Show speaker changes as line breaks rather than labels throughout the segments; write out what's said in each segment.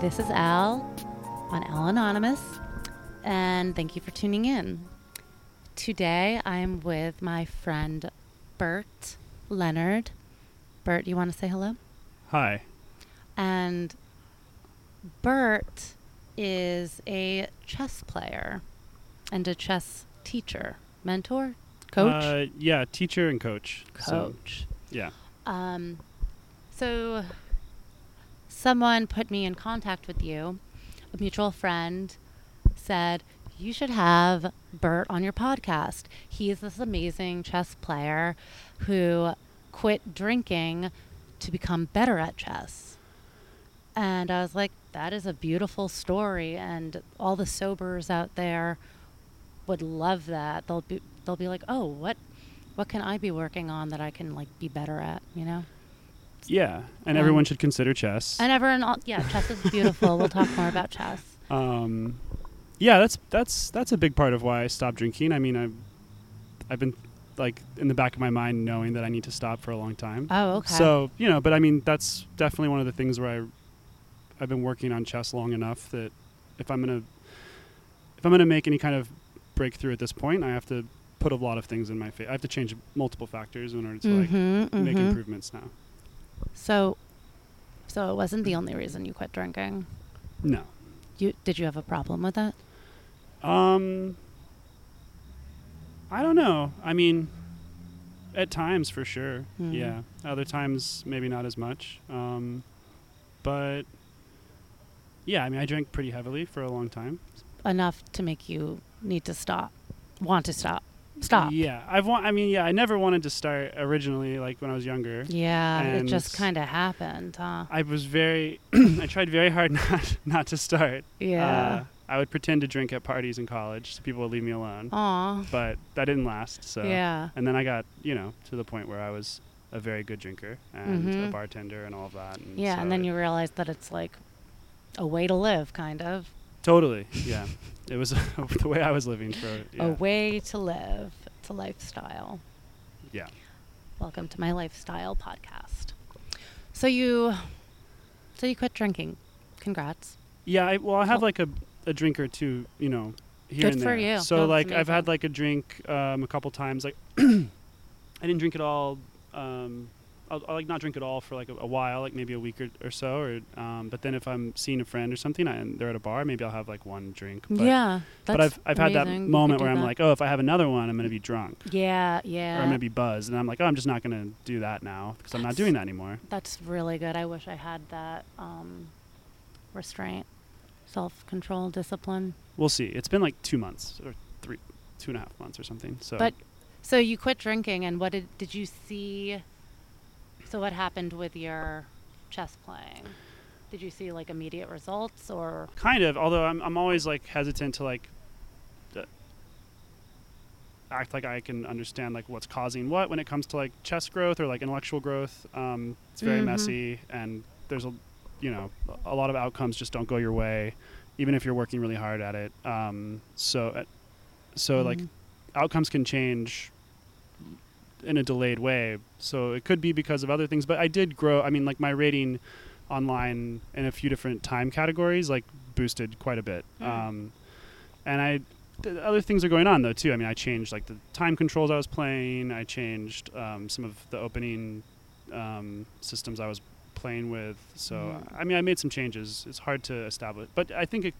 This is Al on Al Anonymous, and thank you for tuning in. Today I'm with my friend Bert Leonard. Bert, you want to say hello?
Hi.
And Bert is a chess player and a chess teacher, mentor, coach,
Uh, yeah, teacher and coach. So,
coach.
yeah.
Um, so, someone put me in contact with you. A mutual friend said, You should have Bert on your podcast. He is this amazing chess player who quit drinking to become better at chess. And I was like, That is a beautiful story. And all the sobers out there would love that. They'll be, they'll be like, Oh, what? What can I be working on that I can like be better at, you know?
Yeah.
Um,
And everyone should consider chess.
And everyone, all, yeah, chess is beautiful. we'll talk more about chess.
um, yeah, that's that's that's a big part of why I stopped drinking. I mean, I've I've been like in the back of my mind knowing that I need to stop for a long time.
Oh, okay.
So you know, but I mean, that's definitely one of the things where I I've been working on chess long enough that if I'm gonna if I'm gonna make any kind of breakthrough at this point, I have to put a lot of things in my face. I have to change multiple factors in order to like
Mhm,
make
mhm.
improvements now.
So, so it wasn't the only reason you quit drinking.
No.
You did you have a problem with that?
Um I don't know. I mean at times for sure.
Mhm.
Yeah. Other times maybe not as much. Um but yeah, I mean I drank pretty heavily for a long time.
Enough to make you need to stop, want to stop, stop.
Yeah. I've wa- I mean yeah, I never wanted to start originally like when I was younger.
Yeah, it
And-
just kind of happened, huh?
I was very I tried very hard not not to start.
Yeah.
Uh, I would pretend to drink at parties in college so people would leave me alone.
Aw.
But that didn't last. uh, So
Yeah.
And then I got, you know, to the point where I was a very good drinker and
Mhm.
a bartender and all of that. And
Yeah,
so
and then
it-
you realize that it's like a way to live, kind of
totally, yeah. It was the way I was living for. Yeah.
a way to live. It's a lifestyle.
yeah.
Welcome to my lifestyle podcast. So you, so you quit drinking. Congrats.
Yeah. I, well, I have
Cool.
like a a drink or two, you know, here
Good
and
for
there.
you.
So
That's
like I've
amazing.
had like a drink um, a couple times. Like I didn't drink at all. Um, I'll, I'll like not drink at all for like a, a while, like maybe a week or, or so. Or um, but then if I'm seeing a friend or something I, and they're at a bar, maybe I'll have like one drink. But
yeah,
but I've I've had that
amazing. You
moment
could
where
do
I'm
that.
like, oh, if I have another one, I'm gonna be drunk
yeah, yeah.
or I'm gonna be buzzed, and I'm like, oh, I'm just not gonna do that now because I'm not
That's-
doing that anymore.
That's really good. I wish I had that um, restraint, self-control, discipline.
We'll see. It's been like two months or three, two and a half months or something. So
But so you quit drinking, and what did did you see? So what happened with your chess playing? Did you see like immediate results, or
kind of, although I'm I'm always like hesitant to like uh, act like I can understand like what's causing what when it comes to like chess growth or like intellectual growth. Um, it's very
Mhm.
messy, and there's a you know a lot of outcomes just don't go your way, even if you're working really hard at it. Um, so uh, so like
Mhm.
outcomes can change in a delayed way. So it could be because of other things, but I did grow. I mean, like my rating online in a few different time categories like boosted quite a bit.
Mm.
Um, and I th- other things are going on though too. I mean, I changed like the time controls I was playing. I changed um, some of the opening um, systems I was playing with. So
Mm.
I mean, I made some changes. It's hard to establish, but I think it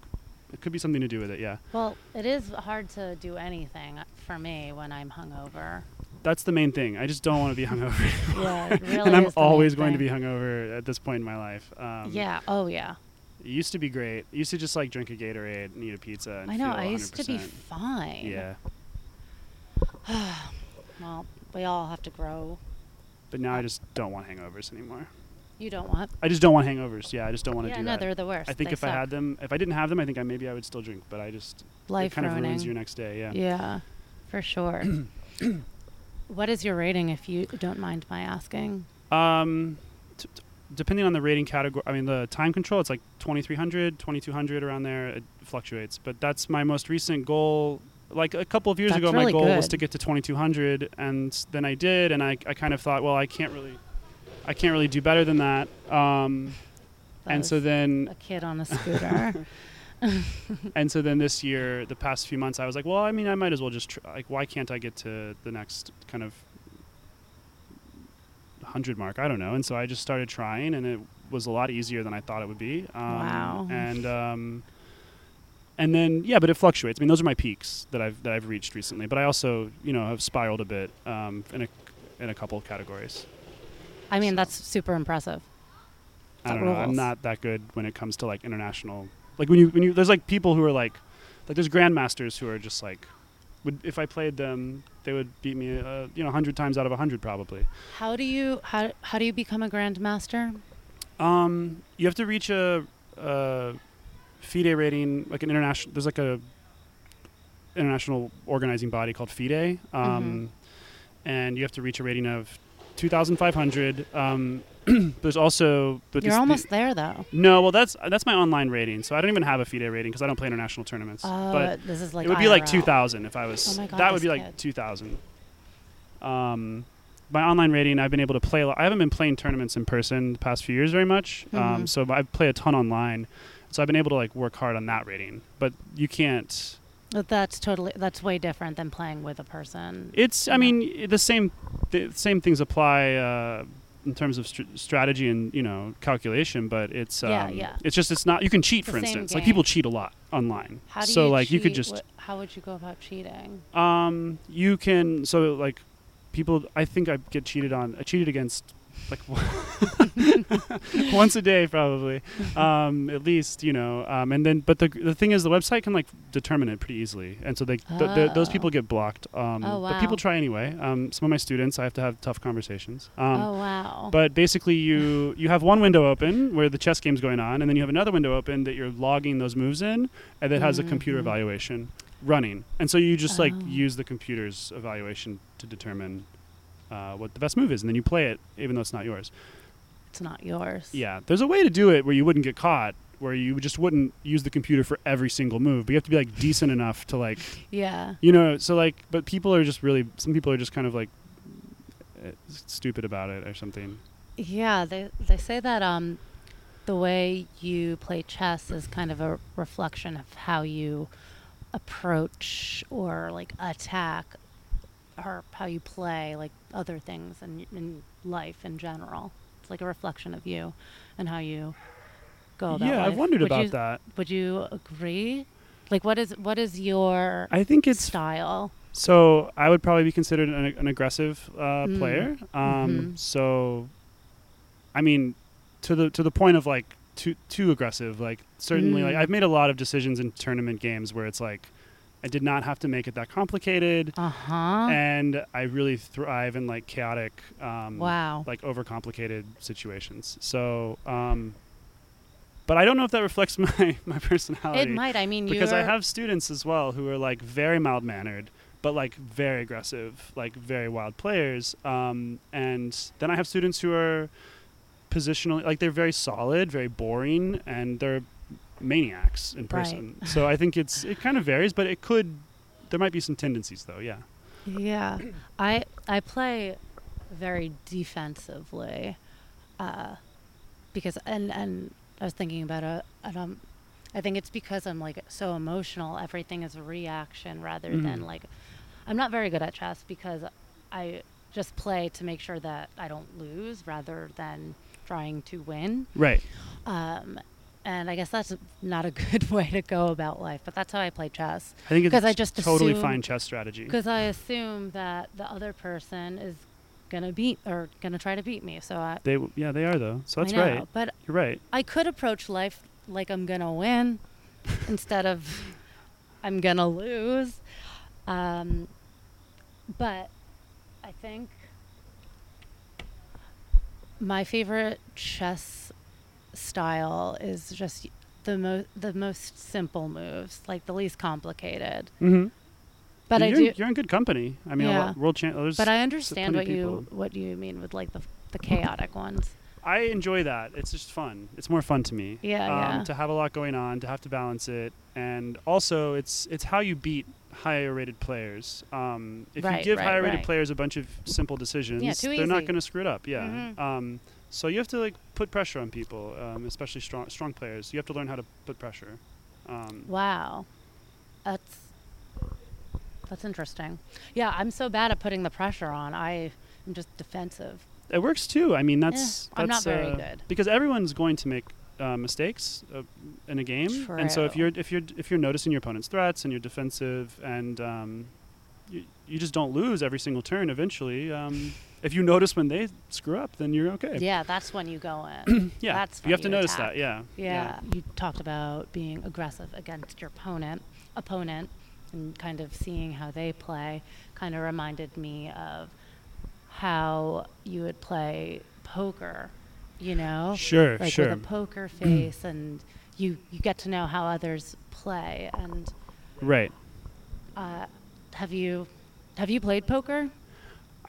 it could be something to do with it. Yeah,
well, it is hard to do anything for me when I'm hungover.
that's the main thing. I just don't want to be hungover.
yeah, it really
and I'm
is the main
always going to
thing.
be hungover at this point in my life. Um,
yeah. Oh yeah.
It used to be great. It used to just like drink a Gatorade and eat a pizza. And
I know.
Feel
I used to be
100%.
fine.
Yeah,
Well, we all have to grow.
but now I just don't want hangovers anymore.
You don't want.
I just don't want hangovers. Yeah, I just don't want to
yeah.
do
No,
that.
they're the worst.
I think
They
if I
suck.
had them, if I didn't have them, I think I maybe I would still drink. But I just
life
it kind
ruining.
of ruins your next day. Yeah.
Yeah, for sure. what is your rating, if you don't mind my asking?
Um, t- t- depending on the rating category, I mean the time control, it's like 2300, 2200 around there. It fluctuates, but that's my most recent goal. Like a couple of years
That's
ago,
really
my goal was
good.
to get to 2200, and s- then I did, and I, I kind of thought, well, I can't really, I can't really do better than that. Um, and so then
a kid on a scooter.
and so then this year, the past few months, I was like, well, I mean, I might as well just tr- like, why can't I get to the next kind of hundred mark? I don't know. And so I just started trying, and it was a lot easier than I thought it would be. Um,
Wow.
And um, and then yeah, but it fluctuates. I mean, those are my peaks that I've that I've reached recently. But I also you know have spiraled a bit um, in a in a couple of categories.
I mean,
So-
that's super impressive.
I
That
don't know. I'm
rules.
not that good when it comes to like international. Like when you when you there's like people who are like like there's grandmasters who are just like would if I played them they would beat me uh, you know 100 times out of 100 probably.
How do you how how do you become a grandmaster?
Um you have to reach a uh FIDE rating like an international there's like a international organizing body called FIDE um
Mm-hmm.
and you have to reach a rating of 2500 um but there's also but
You're
this- the-
almost there though.
No, well, that's that's my online rating, so I don't even have a FIDE rating because I don't play international tournaments.
Oh,
but
this is like
it would be like
IRL.
two thousand if I was.
Oh my God,
that would
this
be like
kid.
two thousand. Um, my online rating, I've been able to play. a lot- I haven't been playing tournaments in person the past few years very much. Um,
Mhm.
so I play a ton online, so I've been able to like work hard on that rating. But you can't.
But that's totally that's way different than playing with a person.
It's. I
Yeah.
mean, i- the same. The same things apply. Uh, in terms of str- strategy and you know calculation, but it's um,
Yeah, yeah.
it's just it's not you can cheat
The
for
same
instance. Like
game.
people cheat a lot online,
How do
so
you
like you could
cheat?
just
Wh- how would you go about cheating?
um, you can so like people. I think I get cheated on. I cheated against like once a day probably, um, at least you know. Um, and then but the the thing is the website can like determine it pretty easily, and so they th- th- those
Oh.
people get blocked. Um,
Oh,
But people
wow.
try anyway. Um, some of my students, I have to have tough conversations. Um,
oh wow.
But basically, you you have one window open where the chess game's going on, and then you have another window open that you're logging those moves in, and that has a computer
Mhm.
evaluation running. And so you just like
Oh.
use the computer's evaluation to determine uh, what the best move is, and then you play it even though it's not yours.
it's not yours.
Yeah, there's a way to do it where you wouldn't get caught, where you just wouldn't use the computer for every single move, but you have to be like decent enough to like
Yeah.
you know so like but people are just really some people are just kind of like eh, stupid about it or something.
Yeah, they they say that um, the way you play chess is kind of a reflection of how you approach or like attack or how you play like other things and in life in general. It's like a reflection of you and how you go about.
yeah,
life.
I've wondered
Would
about
you-
that.
Would you agree? Like, what is what is your
I think it's
style?
so. I would probably be considered an, an aggressive uh,
Mm.
player. Um,
Mhm.
So, I mean, to the to the point of like too too aggressive. Like certainly, like
Mm.
I've made a lot of decisions in tournament games where it's like I did not have to make it that complicated,
Uh huh.
and I really thrive in like chaotic, um,
Wow.
like overcomplicated situations. So. Um, but I don't know if that reflects my, my personality
It might. I mean,
because I
you're-
have students as well who are like very mild mannered, but like very aggressive, like very wild players. Um, and then I have students who are positionally like they're very solid, very boring, and they're maniacs in person. So I think it's it kind of varies, but it could there might be some tendencies though. Yeah.
Yeah, I I play very defensively, uh, because and and I was thinking about a and um, I think it's because I'm like so emotional. Everything is a reaction rather than
Mhm.
like I'm not very good at chess because I just play to make sure that I don't lose rather than trying to win.
Right.
Um, and I guess that's not a good way to go about life, but that's how I play chess.
I think it's
'Cause I just
totally
assume-
fine chess strategy.
Because I assume that the other person is gonna beat or gonna try to beat me. So I,
They w- yeah they are though. So that's
I know,
right.
But
You're right.
I could approach life like I'm gonna win instead of I'm gonna lose. Um, but I think my favorite chess style is just the most the most simple moves, like the least complicated.
Mm-hmm.
But
you're,
I
in-
do.
you're in good company. I mean, a
Yeah.
lot, world champ. there's
But I
s-
understand
plenty
what
of people.
you what you mean with like the the chaotic ones.
I enjoy that. It's just fun. It's more fun to me.
Yeah,
um,
yeah.
To have a lot going on, to have to balance it, and also it's it's how you beat higher rated players. Um, if
Right,
you give
right,
higher rated
right.
players a bunch of simple decisions,
too
they're not
easy.
going to screw it up. Yeah.
Mhm.
Um, So you have to like put pressure on people, um, especially strong strong players. You have to learn how to put pressure. Um,
Wow. That's that's interesting. Yeah, I'm so bad at putting the pressure on. I am just defensive.
it works too. I mean, that's,
I'm not
that's,
very
uh,
good.
because everyone's going to make uh, mistakes uh, in a game, and so if
True.
you're if you're if you're noticing your opponent's threats and you're defensive, and um, you, you just don't lose every single turn. Eventually, um, if you notice when they screw up, then you're okay.
Yeah, that's when you go in.
Yeah,
that's
you have
when you
to notice
attack.
that. Yeah,
yeah. You talked about being aggressive against your opponent, opponent, and kind of seeing how they play. Kind of reminded me of how you would play poker. You know,
Sure,
like
sure.
with a poker face, and you you get to know how others play. And
right.
uh, have you have you played poker?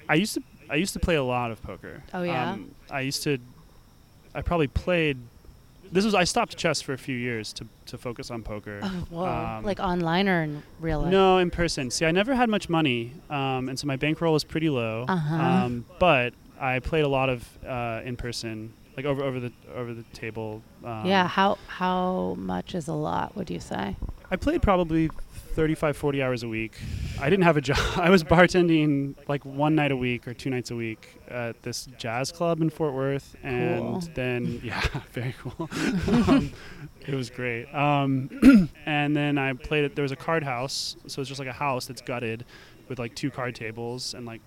I used to I used to play a lot of poker.
Oh, yeah?
Um, I used to. I probably played. This was I stopped chess for a few years to to focus on poker.
Oh, Whoa,
Um,
like online or in real life?
No, in person. See, I never had much money, um, and so my bankroll was pretty low.
Uh-huh.
Um, but I played a lot of uh, in person, like over over the over the table. Um,
yeah. How how much is a lot? Would you say?
I played probably 35, 40 hours a week. I didn't have a job. I was bartending like one night a week or two nights a week at this jazz club in Fort Worth. And
Cool.
then, yeah, very cool. um, it was great. Um, and then I played at, there was a card house. So it's just like a house that's gutted with like two card tables and like,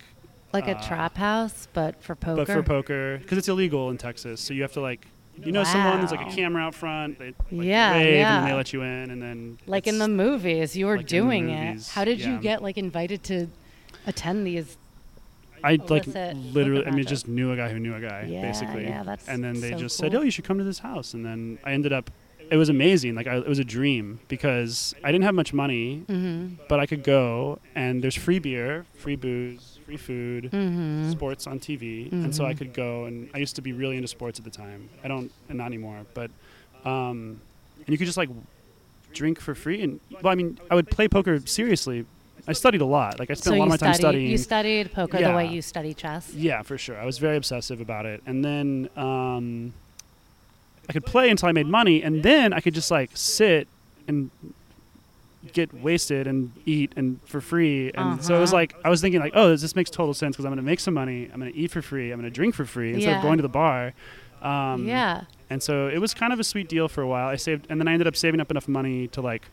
Like a
Uh,
trap house, but for poker.
but for poker, because it's illegal in Texas. So you have to like, you know, someone, there's like
Wow.
a camera out front. They like,
Yeah,
wave and
yeah.
then they let you in. And then,
like
it's-
in the movies, you were
like in the
doing it.
movies,
How did you
yeah.
get like invited to attend these?
I
Oh,
like
illicit
literally, I mean,
matchup.
just knew a guy who knew a guy,
Yeah,
basically.
yeah, that's
and then they
so
just said,
cool.
"Oh, you should come to this house." And then I ended up. It was amazing. Like I, it was a dream because I didn't have much money,
Mm-hmm.
but I could go and there's free beer, free booze, free food,
Mm-hmm.
sports on TV, and so I
Mhm.
could go. And I used to be really into sports at the time. I don't, and not anymore. But, um, and you could just like drink for free. And well, I mean, I would play poker seriously. I studied a lot. Like I spent
so
a lot
you
of my time
studied,
studying.
You studied poker the way
Yeah.
you study chess.
Yeah, for sure. I was very obsessive about it. And then um, I could play until I made money, and then I could just like sit and get wasted and eat and for free. And so it was
Uh-huh.
like I was thinking like, oh, this, this makes total sense because I'm going to make some money, I'm going to eat for free, I'm going to drink for free instead
Yeah.
of going to the bar. Um,
yeah.
And so it was kind of a sweet deal for a while. I saved, and then I ended up saving up enough money to like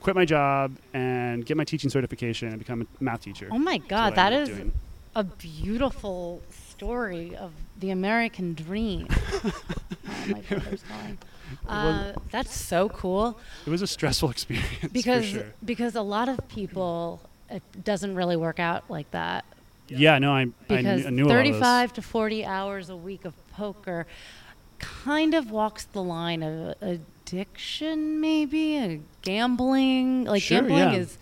quit my job and get my teaching certification and become a math teacher.
Oh my
That's
God,
what I
that
ended
is
up doing.
a beautiful story of the American dream. Oh, my brother's calling. Uh, that's so cool.
It was a stressful experience
because
for sure.
because a lot of people it doesn't really work out like that
Yeah, no, I I knew,
because
I knew
35 to 40 hours a week of poker kind of walks the line of addiction maybe uh, gambling like
Sure,
gambling
yeah.
is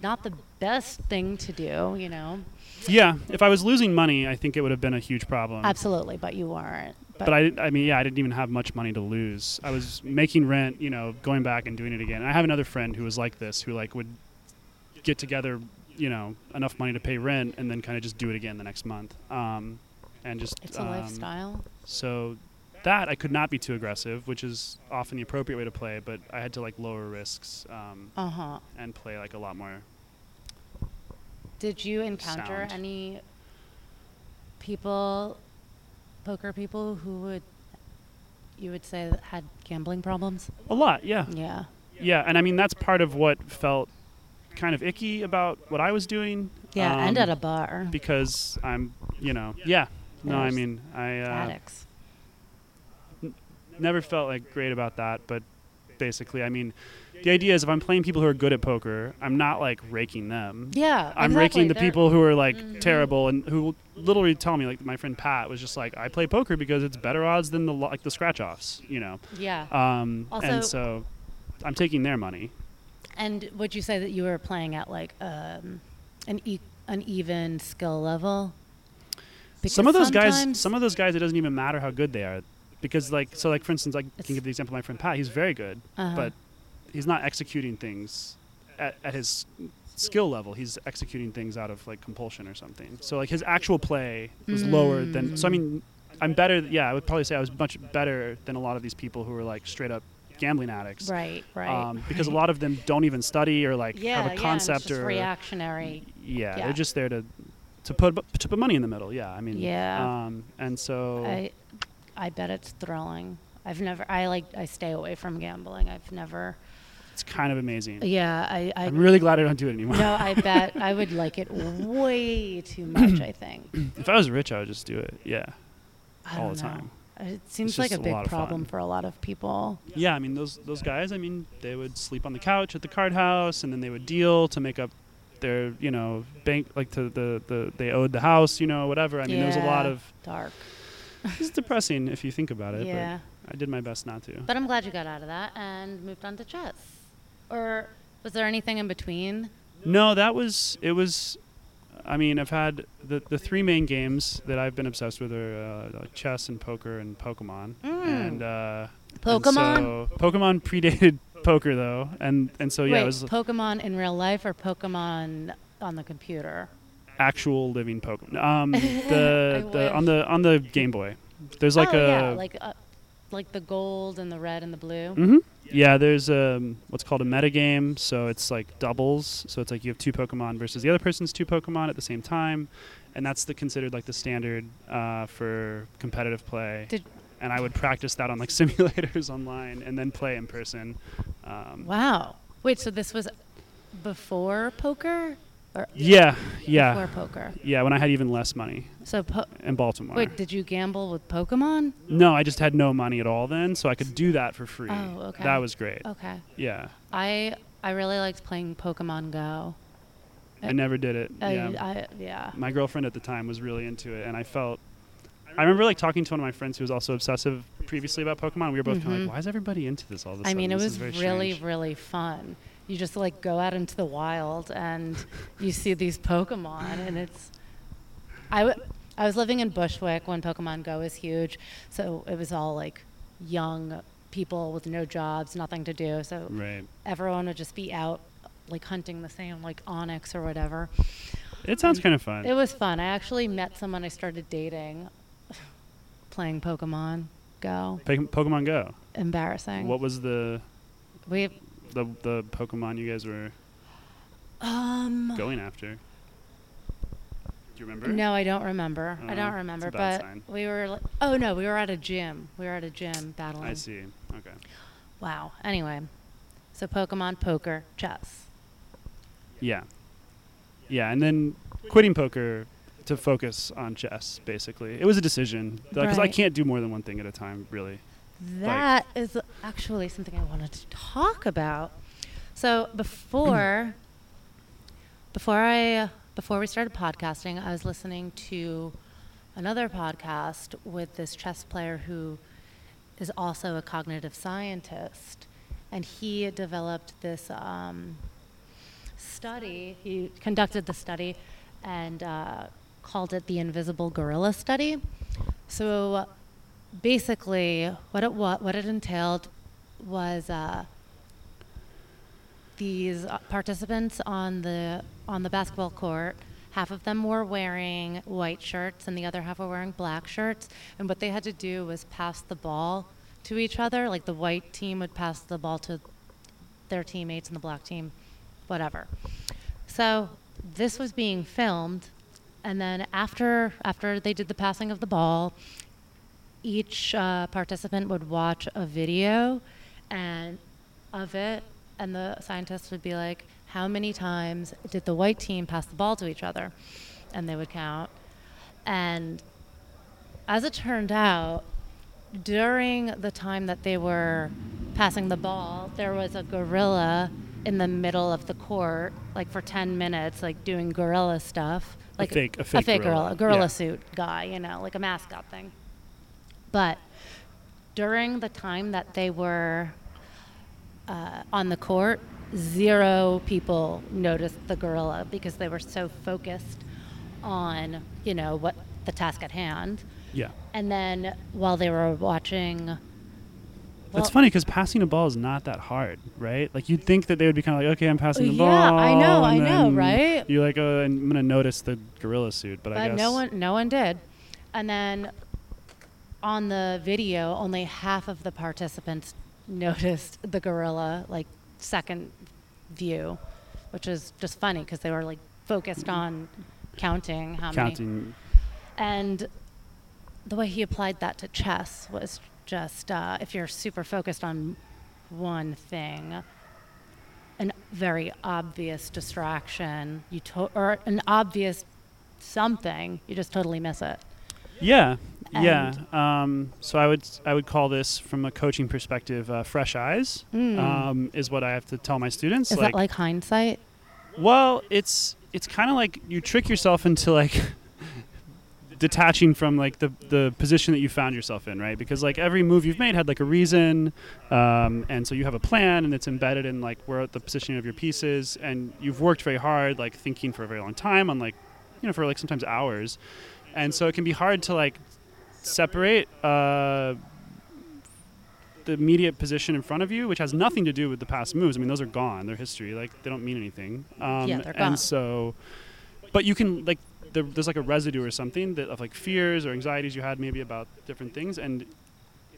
not the best thing to do you know
all of this. Yeah, if I was losing money, I think it would have been a huge problem.
absolutely but you weren't
Um, But I, I mean, yeah, I didn't even have much money to lose. I was making rent, you know, going back and doing it again. And I have another friend who was like this, who like would get together, you know, enough money to pay rent, and then kind of just do it again the next month, um, and just
it's a
um,
lifestyle
So that I could not be too aggressive, which is often the appropriate way to play. But I had to like lower risks um,
uh-huh
and play like a lot more
Did you encounter
Sound.
any people, poker people, who would you would say that had gambling problems?
a lot. Yeah.
Yeah.
Yeah, and I mean that's part of what felt kind of icky about what I was doing.
Yeah,
um,
and at a bar.
because I'm, you know, yeah. No, I
There's
mean I uh,
addicts.
never felt like great about that, but basically, I mean, the idea is if I'm playing people who are good at poker, I'm not like raking them.
Yeah.
I'm
exactly.
raking the
They're-
people who are like
Mhm.
terrible and who literally tell me like my friend Pat was just like I play poker because it's better odds than the lo- like the scratch offs, you know.
Yeah.
Um,
Also-
and so I'm taking their money.
and would you say that you were playing at like um, an e- an even skill level?
some of those guys, some of those guys, it doesn't even matter how good they are, because like so like for instance, I
It's-
can give the example of my friend Pat. He's very good,
Uh-huh.
but he's not executing things at, at his skill level. He's executing things out of like compulsion or something. So like his actual play was lower than. So I mean, I'm better. Yeah, I would probably say I was much better than a lot of these people who are like straight up gambling addicts.
Right, right.
Um, because a lot of them don't even study or like
yeah,
have a
yeah, and
concept
it's just
or
reactionary.
yeah,
Yeah.
they're just there to to put to put money in the middle. Yeah, I mean
Yeah.
Um, and so
I, I bet it's thrilling. I've never. I like. I stay away from gambling. I've never.
it's kind of amazing.
Yeah, I. I
I'm really glad I don't do it anymore.
no, I bet I would like it way too much. I think.
if I was rich, I would just do it. Yeah.
I
All
don't
the
know.
time.
It seems like a
just a
big
lot of
problem
fun.
for a lot of people.
Yeah, I mean those those guys. I mean they would sleep on the couch at the card house, and then they would deal to make up their you know bank like to the the they owed the house, you know whatever. I mean there was a lot
Yeah.
of
Dark.
it's depressing if you think about it.
Yeah.
But I did my best not to.
But I'm glad you got out of that and moved on to chess. Or was there anything in between?
No, that was it was. I mean, I've had the the three main games that I've been obsessed with are uh, like chess and poker and Pokemon.
Mm.
And uh, and
Pokemon.
so Pokemon predated poker though, and and so yeah,
Wait,
it was
Pokemon in real life or Pokemon on the computer?
actual living Pokemon. Um, the
I
the on
wish.
the on the Game Boy. There's like
oh,
a
yeah, like uh, like the gold and the red and the blue.
hmm Yeah, there's um, what's called a metagame. So it's like doubles. So it's like you have two Pokemon versus the other person's two Pokemon at the same time, and that's the considered like the standard uh, for competitive play.
Did-
and I would practice that on like simulators online, and then play in person. Um,
Wow. Wait, so this was before poker or
Yeah, yeah,
before poker?
yeah. When I had even less money
So po-
in Baltimore.
wait, did you gamble with Pokemon?
no, I just had no money at all then, so I could do that for free.
Oh, okay.
That was great.
Okay.
Yeah,
I I really liked playing Pokemon Go. Uh,
I never did it.
I,
yeah.
I, yeah.
my girlfriend at the time was really into it and i felt i remember like talking to one of my friends who was also obsessive previously about pokemon we were both kind of
Mhm.
like why is everybody into this all of a
I
sudden
mean, it
This
was
is very
really,
strange."
really fun. You just like go out into the wild and you see these Pokemon, and it's. I, w- I was living in Bushwick when Pokemon Go was huge, so it was all like young people with no jobs, nothing to do. So
right
everyone would just be out like hunting the same, like Onyx or whatever.
it sounds kind of fun
It was fun. I actually met someone I started dating playing Pokemon Go.
Pe- pokemon go
Embarrassing.
what was the
we
the the pokemon you guys were
um
going after do you remember
No, I don't remember. I
Oh,
don't
it's a
remember.
bad
But
sign.
we were. Like, oh no, we were at a gym. We were at a gym battling.
i see okay
Wow. Anyway, so Pokemon, poker, chess.
yeah yeah and then quitting poker to focus on chess basically it was a decision because i
Right.
can't do more than one thing at a time really
That is actually something I wanted to talk about. So before, before I before we started podcasting, I was listening to another podcast with this chess player who is also a cognitive scientist, and he developed this um, study. He conducted the study and uh, called it the invisible gorilla study. So basically, what it what, what it entailed was uh, these uh, participants on the on the basketball court. Half of them were wearing white shirts, and the other half were wearing black shirts. And what they had to do was pass the ball to each other. Like the white team would pass the ball to their teammates, and the black team, whatever. So this was being filmed, and then after after they did the passing of the ball, each uh, participant would watch a video and of it and the scientists would be like how many times did the white team pass the ball to each other and they would count and as it turned out during the time that they were passing the ball there was a gorilla in the middle of the court like for 10 minutes like doing gorilla stuff
A
like
fake- a fake gorilla.
gorilla, gorilla
Yeah.
suit guy you know like a mascot thing but during the time that they were uh, on the court, zero people noticed the gorilla because they were so focused on, you know, what the task at hand.
yeah
And then while they were watching,
That's
well,
funny because passing a ball is not that hard, right? Like you'd think that they would be kind of like, okay, I'm passing the
Yeah,
ball.
I know, I
and
know,
then
right?
You're like, oh, and I'm gonna notice the gorilla suit, but,
but
I guess
no one, no one did. And then on the video, only half of the participants noticed the gorilla, like second view, which is just funny because they were like focused on counting how many.
counting.
And the way he applied that to chess was just uh, if you're super focused on one thing, an very obvious distraction, you to- or an obvious something, you just totally miss it.
Yeah, yeah. Um, so I would I would call this from a coaching perspective, uh, fresh eyes
Mm.
um, is what I have to tell my students.
Is that like hindsight?
Well, it's it's kind of like you trick yourself into like detaching from like the the position that you found yourself in, right? Because like every move you've made had like a reason, um, and so you have a plan, and it's embedded in like where the positioning of your pieces, and you've worked very hard, like thinking for a very long time on like you know for like sometimes hours, and so it can be hard to like separate. Uh, the immediate position in front of you, which has nothing to do with the past moves. I mean, those are gone. They're history. Like they don't mean anything. Um,
Yeah, they're gone.
And so, but you can like there, there's like a residue or something that of like fears or anxieties you had maybe about different things. And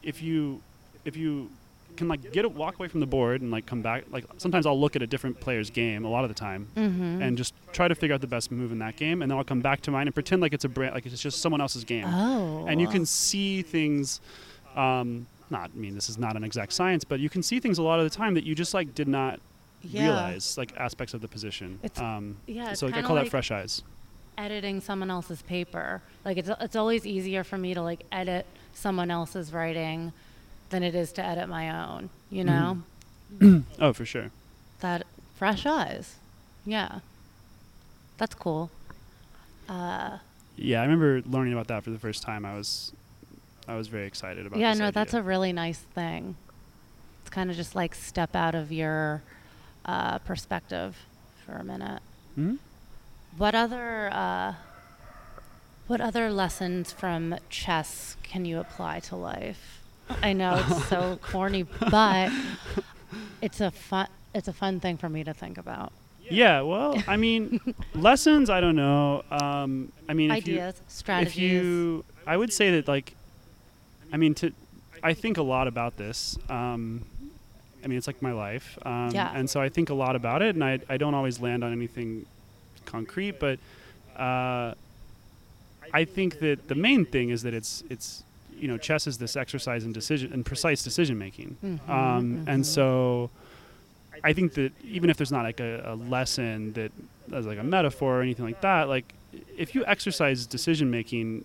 if you if you can like get a walk away from the board and like come back, like sometimes I'll look at a different player's game a lot of the time
Mm-hmm.
and just try to figure out the best move in that game, and then I'll come back to mine and pretend like it's a brand like it's just someone else's game
oh.
and you can see things um, not i mean this is not an exact science but you can see things a lot of the time that you just like did not
yeah.
realize like aspects of the position
It's-
um,
yeah, it's
so like, i
kinda
call
like-
that fresh eyes
editing someone else's paper. Like it's it's always easier for me to like edit someone else's writing than it is to edit my own. You know
Mm-hmm. oh for sure
that fresh eyes. Yeah, that's cool. Uh,
yeah i remember learning about that for the first time i was i was very excited about
yeah,
this
no, that's a
idea.
really nice thing. It's kind of just like step out of your uh, perspective for a minute.
Mhm.
What other uh, what other lessons from chess can you apply to life? I know it's so corny, but it's a fun it's a fun thing for me to think about.
yeah well i mean lessons i don't know um, i mean if you,
Ideas, strategies.
If you, I would say that like, I mean, to, I think a lot about this. Um, I mean, it's like my life, um,
Yeah.
and so I think a lot about it, and I, I don't always land on anything concrete, but uh, I think that the main thing is that it's it's you know chess is this exercise in decision and precise decision making,
Mhm,
um,
mhm.
and so I think that even if there's not like a, a lesson that as like a metaphor or anything like that, like if you exercise decision making,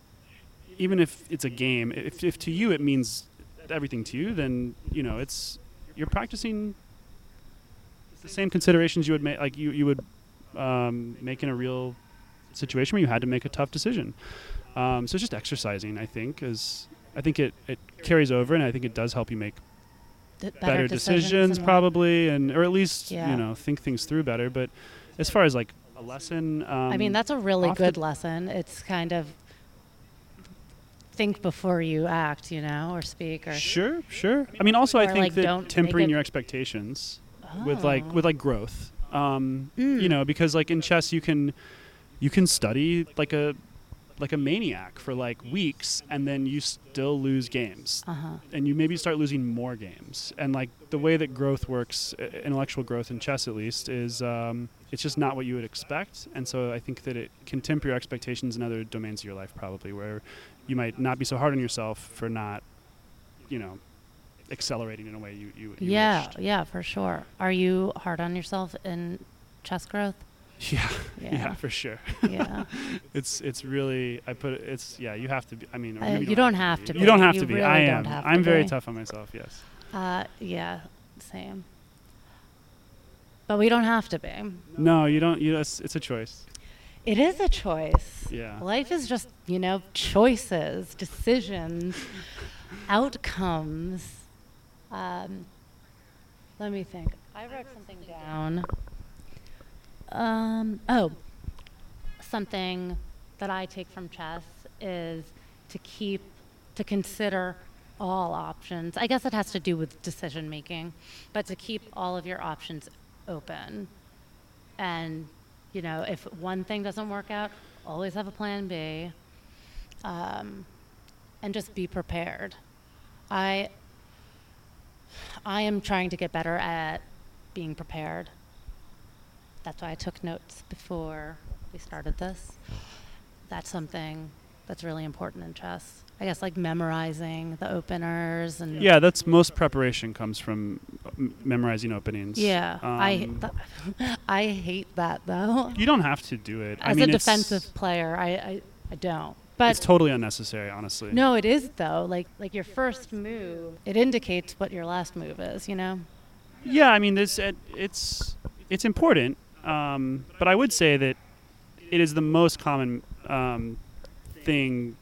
even if it's a game, if, if to you it means everything to you, then you know it's you're practicing the same considerations you would make, like you you would um, make in a real situation where you had to make a tough decision. Um, so it's just exercising, I think, is I think it it carries over, and I think it does help you make
D-
better,
in
decisions,
life.
probably and or at least
Yeah.
you know think things through better but as far as like a lesson um,
I mean, that's a really
often-
good lesson. It's kind of think before you act, you know, or speak, or
sure sure i mean also i
Or,
think
like, don't
that
make
tempering
it-
your expectations with like
Oh.
with like growth um,
Mm.
you know because like in chess you can you can study like a like a maniac for like weeks and then you still lose games
uh-huh.
and you maybe start losing more games. And like the way that growth works, i- intellectual growth in chess at least, is um, it's just not what you would expect. And so I think that it can temper your expectations in other domains of your life, probably where you might not be so hard on yourself for not, you know, accelerating in a way you you, you
yeah,
wished.
yeah, for sure. Are you hard on yourself in chest growth?
yeah
Yeah,
yeah for sure.
yeah.
It's it's really I put it, it's yeah you have to be. I mean or
Uh,
maybe
you don't have to
You don't
be.
have
You
to be.
really
I
don't
am.
have to
I'm very
be.
tough on myself. Yes.
Uh, yeah, same. But we don't have to be.
No, you don't. You it's, it's a choice.
It is a choice.
Yeah.
Life is just, you know, choices, decisions, outcomes. Um, let me think. I wrote something down. Um, oh, something that I take from chess is to keep, to consider all options. I guess it has to do with decision making, but to keep all of your options open. And, you know, if one thing doesn't work out, always have a plan B. Um, and just be prepared. I I am trying to get better at being prepared. That's why I took notes before we started this. That's something that's really important in chess. I guess like memorizing the openers and
Yeah, that's most preparation comes from m- memorizing openings.
Yeah, I
Um,
th- I hate that though.
you don't have to do it. I
As
mean,
a
it's-
defensive player, I, I, I don't. But
it's totally unnecessary, honestly.
no, it is though. Like like your first move, it indicates what your last move is. You know.
Yeah, I mean, this it, it's it's important, um, but I would say that it is the most common um, thing.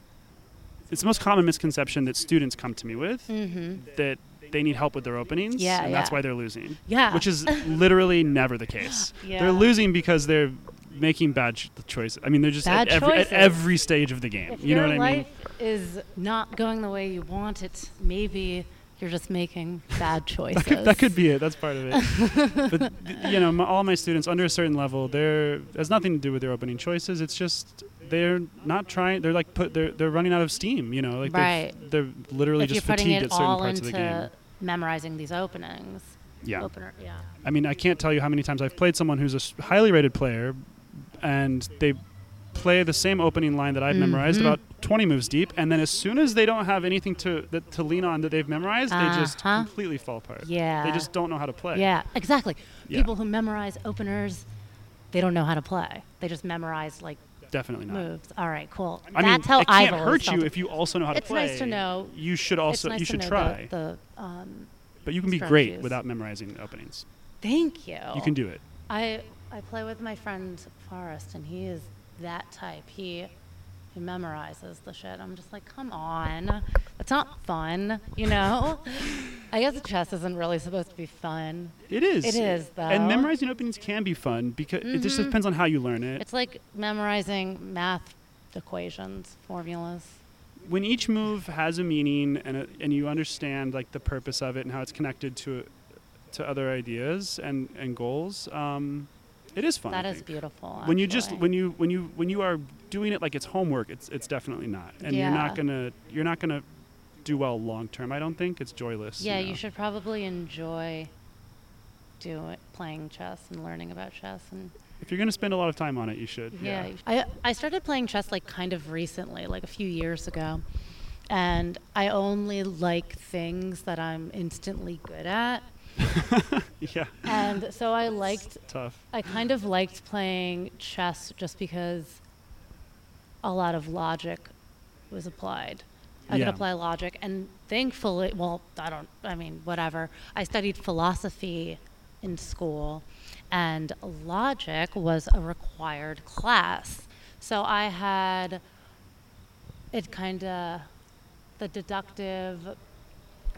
It's the most common misconception that students come to me with
Mm-hmm.
that they need help with their openings,
Yeah,
and that's
yeah.
why they're losing.
Yeah.
which is literally never the case.
Yeah.
They're losing because they're making bad ch- choices. I mean, they're just
Bad
at every, at
choices.
every stage of the game.
If
you know
your
what I mean?
life is not going the way you want it, maybe you're just making bad choices.
That could, that could be it. That's part of it. but th- you know, my, all my students under a certain level, they're it has nothing to do with their opening choices. It's just they're not trying. They're like put. They're they're running out of steam. You know, like
Right.
they're, they're literally
if
just
you're putting
fatigued
it
at certain
all
parts of the game.
into memorizing these openings.
Yeah.
Opener. Yeah.
I mean, I can't tell you how many times I've played someone who's a s- highly rated player, and they play the same opening line that I've memorized
Mm-hmm.
about 20 moves deep, and then as soon as they don't have anything to that, to lean on that they've memorized, they just
Uh-huh.
completely fall apart.
Yeah.
They just don't know how to play.
Yeah, exactly.
Yeah.
People who memorize openers, they don't know how to play. They just memorize like
Definitely not.
moves. All right, cool.
I mean,
That's how
it
I've
can't
always
hurt you
felt.
if you also know how
It's
to play.
nice to know.
You should
It's
also
nice
you
to
should
know the-
try,
The, um,
but you can be great
strategies.
without memorizing openings.
thank you.
You can do it.
I I play with my friend Forrest, and he is that type. He he memorizes the shit. I'm just like, come on, that's not fun, you know. I guess chess isn't really supposed to be fun.
It is.
It is,
And
though. Mm-hmm.
memorizing openings can be fun because it just depends on how you learn it.
It's like memorizing math equations, formulas.
when each move has a meaning and a, and you understand like the purpose of it and how it's connected to to other ideas and and goals, um, it is fun. I
That is
think.
beautiful.
When you just
actually.
when you when you when you are doing it like it's homework, it's it's definitely not, and you're
Yeah.
not gonna you're not gonna do well long term. I don't think it's joyless.
yeah,
know.
you should probably enjoy doing playing chess and learning about chess and
If you're gonna spend a lot of time on it, you should.
Yeah. I, I started playing chess like kind of recently, like a few years ago. And I only like things that I'm instantly good at.
Yeah. Yeah.
And so I liked,
Tough.
I kind of liked playing chess just because a lot of logic was applied. I
Yeah.
could apply logic. And thankfully, well, I don't, I mean, whatever. I studied philosophy in school, and logic was a required class. So I had it kind of the deductive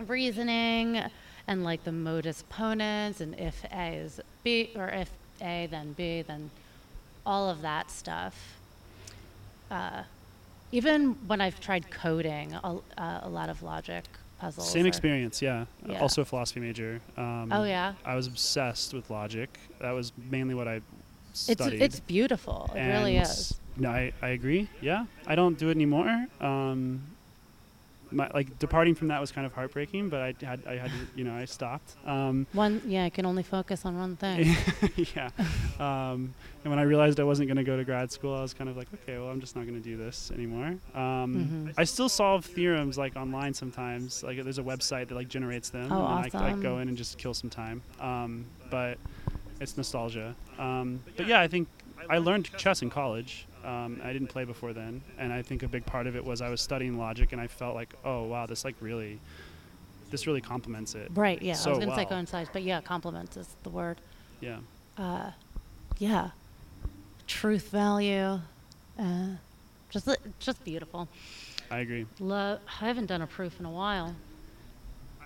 reasoning and like the modus ponens and if A is B or if A then B then all of that stuff. Uh, even when I've tried coding, a, uh, a lot of logic puzzles.
Same
are-
experience, yeah.
Yeah.
Also a philosophy major. Um,
Oh, yeah?
I was obsessed with logic. That was mainly what I
It's
studied.
it's beautiful. It really
And
is.
No, I, I agree. Yeah, I don't do it anymore. Um, my like departing from that was kind of heartbreaking, but I had I had to, you know I stopped. Um,
One yeah, I can only focus on one thing.
yeah, um, and when I realized I wasn't going to go to grad school, I was kind of like, okay, well I'm just not going to do this anymore. Um,
Mhm.
I still solve theorems like online sometimes. Like there's a website that like generates them,
Oh,
and I like
awesome.
go in and just kill some time. Um, but it's nostalgia. Um, but yeah, I think I learned chess in college. Um, I didn't play before then, and I think a big part of it was I was studying logic, and I felt like, oh wow, this like really, this really complements it.
Right, yeah. I
So
was gonna say
well.
coincides, but yeah, compliments is the word.
Yeah,
uh, yeah, truth value, uh, just li- just beautiful.
I agree.
Love. I haven't done a proof in a while.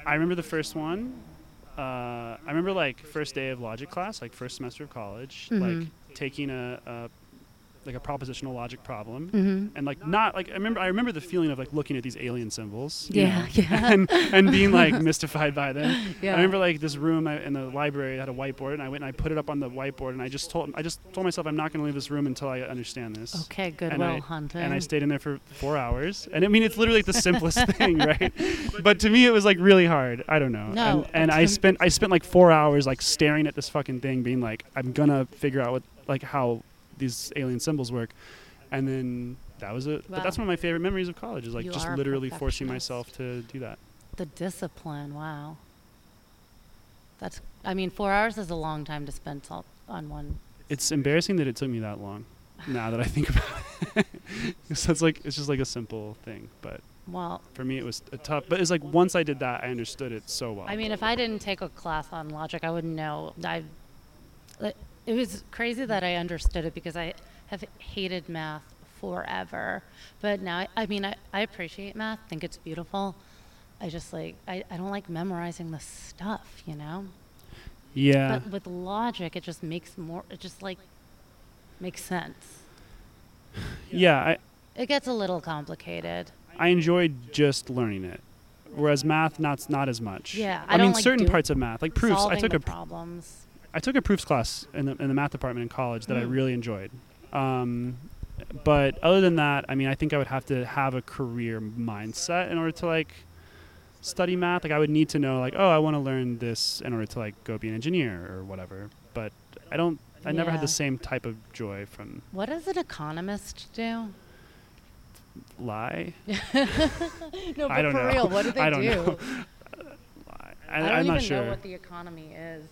I remember the first one. Uh, I remember
Mm-hmm.
like first day of logic class, like first semester of college,
Mhm.
like taking a, like a propositional logic problem
Mm-hmm.
and like not like I remember I remember the feeling of like looking at these alien symbols. you
Yeah,
know,
yeah.
And and being like mystified by them.
Yeah.
I remember like this room I, in the library had a whiteboard and I went and I put it up on the whiteboard and I just told I just told myself I'm not going to leave this room until I understand this.
Okay,
And I,
Goodwill Hunting.
and I stayed in there for four hours. And I mean, it's literally the simplest thing, right? But to me, it was like really hard. I don't know.
No,
and and I
that's-
spent I spent like four hours like staring at this fucking thing, being like, I'm gonna figure out what like how these alien symbols work. And then that was it. But that's
Wow.
one of my favorite memories of college is like
You
just
are a
literally forcing
perfectionist.
myself to do that.
the discipline. Wow. That's. I mean, four hours is a long time to spend all, on one.
It's embarrassing that it took me that long. Now that I think about it, so it's like it's just like a simple thing, but.
Well,
For me, it was a tough, but it's like once I did that, I understood it so well.
I mean, if I didn't take a class on logic, I wouldn't know. I, it it was crazy that I understood it because I have hated math forever. But now, I, I mean, I, I appreciate math, think it's beautiful. I just like, I, I don't like memorizing the stuff, you know?
yeah.
But with logic, it just makes more, it just like makes sense.
yeah I,
It gets a little complicated.
I enjoyed just learning it whereas math not not as much
Yeah,
i,
I
mean
don't like
certain
do-
parts of math like proofs i
Solving
took
the
a pr-
problems.
I took a proofs class in the, in the math department in college that i
Mm.
really enjoyed um, but other than that i mean i think i would have to have a career mindset in order to like study math like i would need to know like oh i want to learn this in order to like go be an engineer or whatever but i don't i never had
Yeah.
the same type of joy from
What does an economist do?
lie
No, but
I don't
for
know.
real, what do they
I don't
do?
know. I,
I don't
am
even
not sure
know what the economy is,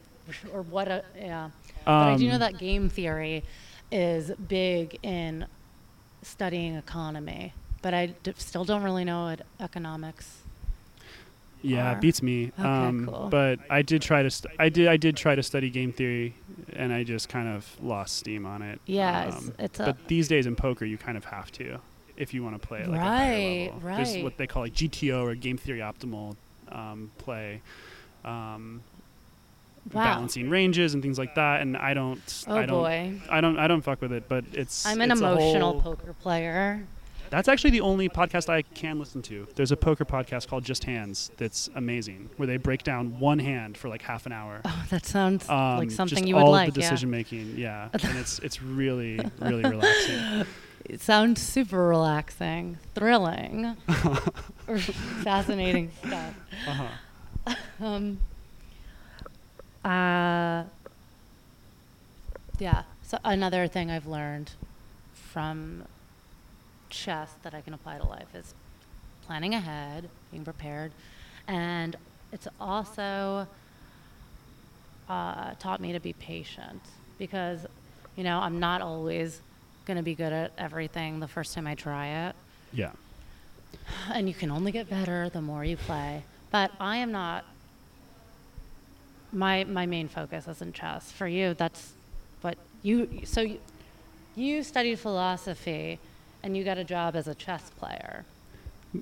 or what a yeah. but I do know
Um,
that game theory is big in studying economy, but I d- still don't really know what economics.
Yeah,
are.
it beats me.
Okay,
um,
cool.
But I did try to. St- I did. I did try to study game theory, and I just kind of lost steam on it.
Yeah, it's-
Um,
it's a-
but these days in poker, you kind of have to if you want to play at like
Right,
a higher level. There's
right.
what they call like GTO or game theory optimal um, play. Um,
Wow.
Balancing ranges and things like that, and I don't.
Oh
I don't,
boy.
I don't. I don't fuck with it. But it's.
I'm an
it's a
emotional
whole-
poker player.
that's actually the only podcast I can listen to. There's a poker podcast called Just Hands that's amazing, where they break down one hand for like half an hour.
Oh, that sounds
Um,
like something
just
you would
all
like.
the decision
yeah,
making, yeah, and it's it's really really relaxing.
it sounds super relaxing, thrilling, fascinating stuff.
Uh-huh.
Um, uh, yeah. So another thing I've learned from chess that I can apply to life is planning ahead, being prepared, and it's also uh, taught me to be patient because, you know, I'm not always going to be good at everything the first time I try it
Yeah,
and you can only get better the more you play. But I am not. My my main focus isn't chess. For you, that's what you. So you, you studied philosophy, and you got a job as a chess player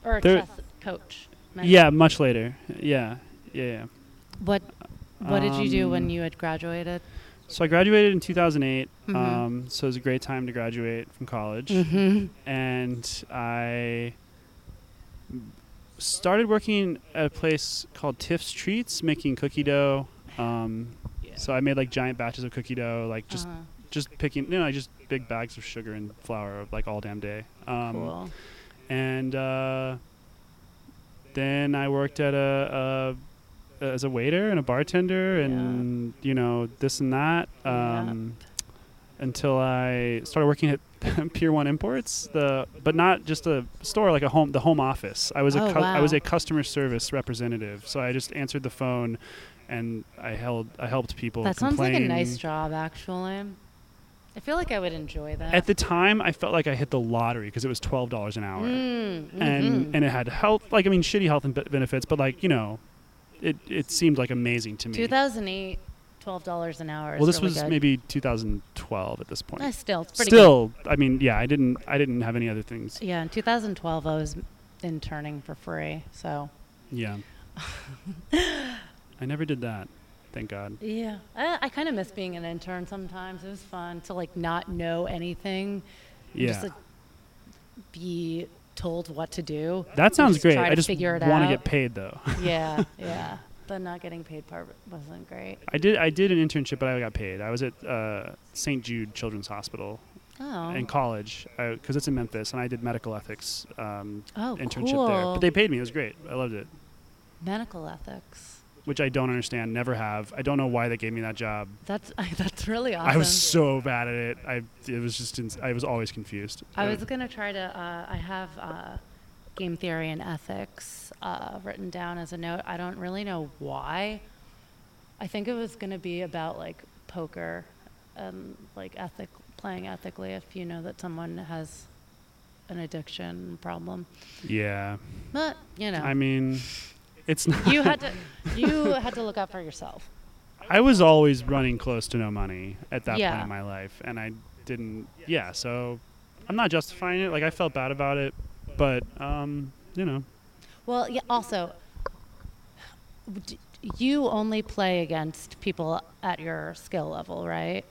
or a
There-
chess coach.
yeah, much later. Yeah, yeah. yeah.
What What did you do when
Um,
you had graduated?
So I graduated in 2008.
Mhm.
Um, so it was a great time to graduate from college.
Mm-hmm.
Mm-hmm. and I started working at a place called Tiff's Treats, making cookie dough. Um, So I made like giant batches of cookie dough, like just
Uh-huh.
just picking, you know, like, just big bags of sugar and flour, like all damn day. Um,
Uh-huh. cool.
And uh, then I worked at a, a as a waiter and a bartender, and you know this and that. Um, until I started working at Pier One Imports, the but not just a store, like a home, the home office. I was a
Oh,
cu- I was
wow.
a customer service representative, so I just answered the phone, and I held I helped people.
That sounds like a
complain.
nice job, actually. I feel like I would enjoy that.
At the time, I felt like I hit the lottery because it was twelve dollars an hour,
Mm,
and
mhm.
and it had health like I mean shitty health and be- benefits, but like you know, it it seemed like amazing to me.
2008, $12 an hour. is
well, this
really
was
good.
maybe 2012 at this point.
Eh, still, it's pretty
Still, I mean, yeah, I didn't I didn't have any other things.
good. Yeah, in 2012, I was interning for free. So
Yeah. I never did that. Thank God.
Yeah, I, I kind of miss being an intern sometimes. It was fun to like not know anything. and
Yeah.
Just like be told what to do.
that sounds
just
great.
try
I
to
just
figure it
want
out.
to get paid though.
yeah, yeah. The not getting paid part wasn't great.
I did I did an internship, but I got paid. I was at uh, St. Jude Children's Hospital
Oh.
in college because it's in Memphis, and I did medical ethics um,
oh,
internship
cool.
there. But they paid me. It was great. I loved it,
Medical ethics.
which I don't understand. Never have. I don't know why they gave me that job.
That's that's really awesome.
I was so bad at it. I it was just ins- I was always confused.
I was gonna try to. Uh, I have uh, game theory and ethics uh, written down as a note. I don't really know why. I think it was gonna be about like poker, and like ethic playing ethically. If you know that someone has an addiction problem,
yeah.
but you know,
I mean, it's not.
you had to you had to look out for yourself.
I was always running close to no money at that
Yeah.
point in my life, and I didn't. Yeah, so I'm not justifying it. Like I felt bad about it, but um, you know,
Well, yeah, also, d- you only play against people at your skill level, right?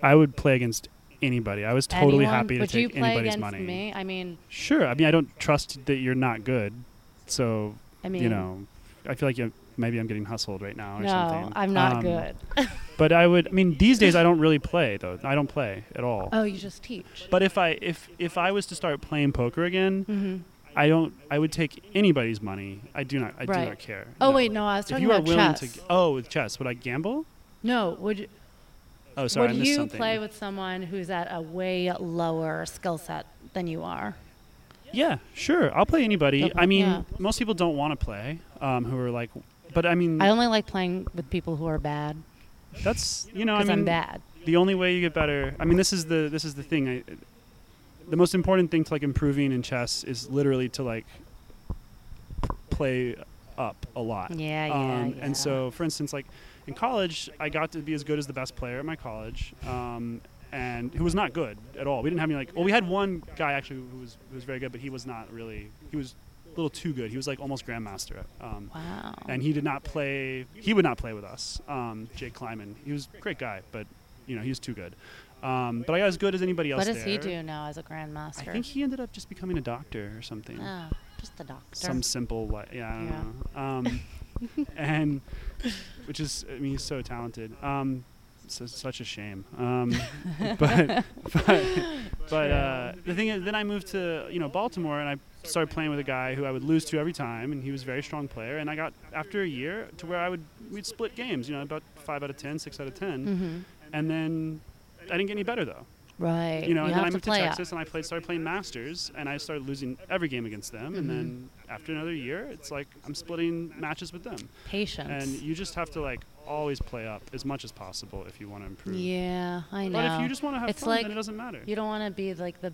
I would play against anybody. I was totally
Anyone?
happy to
Would
take
you play
anybody's
against
money.
Me? I mean,
Sure. I mean, I don't trust that you're not good, so
I mean,
you know, I feel like you. Maybe I'm getting hustled right now or
no,
something.
I'm not
Um,
good.
But I would. I mean, these days I don't really play though. I don't play at all.
oh, you just teach.
but if I if if I was to start playing poker again,
hmm
I don't. I would take anybody's money. I do not. I
Right.
do not care.
Oh wait, no, I was
If
talking
you are
about
willing
chess.
to. g- Oh, with chess, would I gamble?
no, would you,
Oh, sorry, I
would
missed
you
something.
play with someone who's at a way lower skill set than you are?
yeah, sure. I'll play anybody.
Okay,
I mean,
yeah.
most people don't want to play. Um, who are like, but I mean,
I only like playing with people who are bad
that's you know, I
because
mean,
I'm bad.
the only way you get better. I mean, this is the this is the thing. I, the most important thing to like improving in chess is literally to like play up a lot.
Yeah, yeah,
um,
yeah.
And so, for instance, like in college, I got to be as good as the best player at my college, um, and who was not good at all. We didn't have any like. Well, we had one guy actually who was who was very good, but he was not really. He was a little too good. He was like almost grandmaster. Um,
Wow.
and he did not play. He would not play with us. Um, Jake Kleiman. He was a great guy, but you know he was too good. Um, but I got as good as anybody else.
what does he
there.
do now as a grandmaster?
I think he ended up just becoming a doctor or something.
Oh, just the doctor.
Some simple, li- yeah, I don't
Yeah.
know. Um, and which is, I mean, he's so talented. Um, so, such a shame. Um, but but, but uh, the thing is, then I moved to you know Baltimore and I started playing with a guy who I would lose to every time, and he was a very strong player. And I got after a year to where I would we'd split games, you know, about five out of ten, six out of 10
hmm
and then I didn't get any better though.
Right.
You know, and then I
have to
moved to,
play up.
Texas and I played, started playing Masters, and I started losing every game against them. And then
Mm-hmm.
after another year, it's like I'm splitting matches with them.
Patience.
And you just have to like always play up as much as possible if you want to improve.
yeah, I know.
But if you just want to have
It's
fun,
like
then it doesn't matter.
You don't want to be like the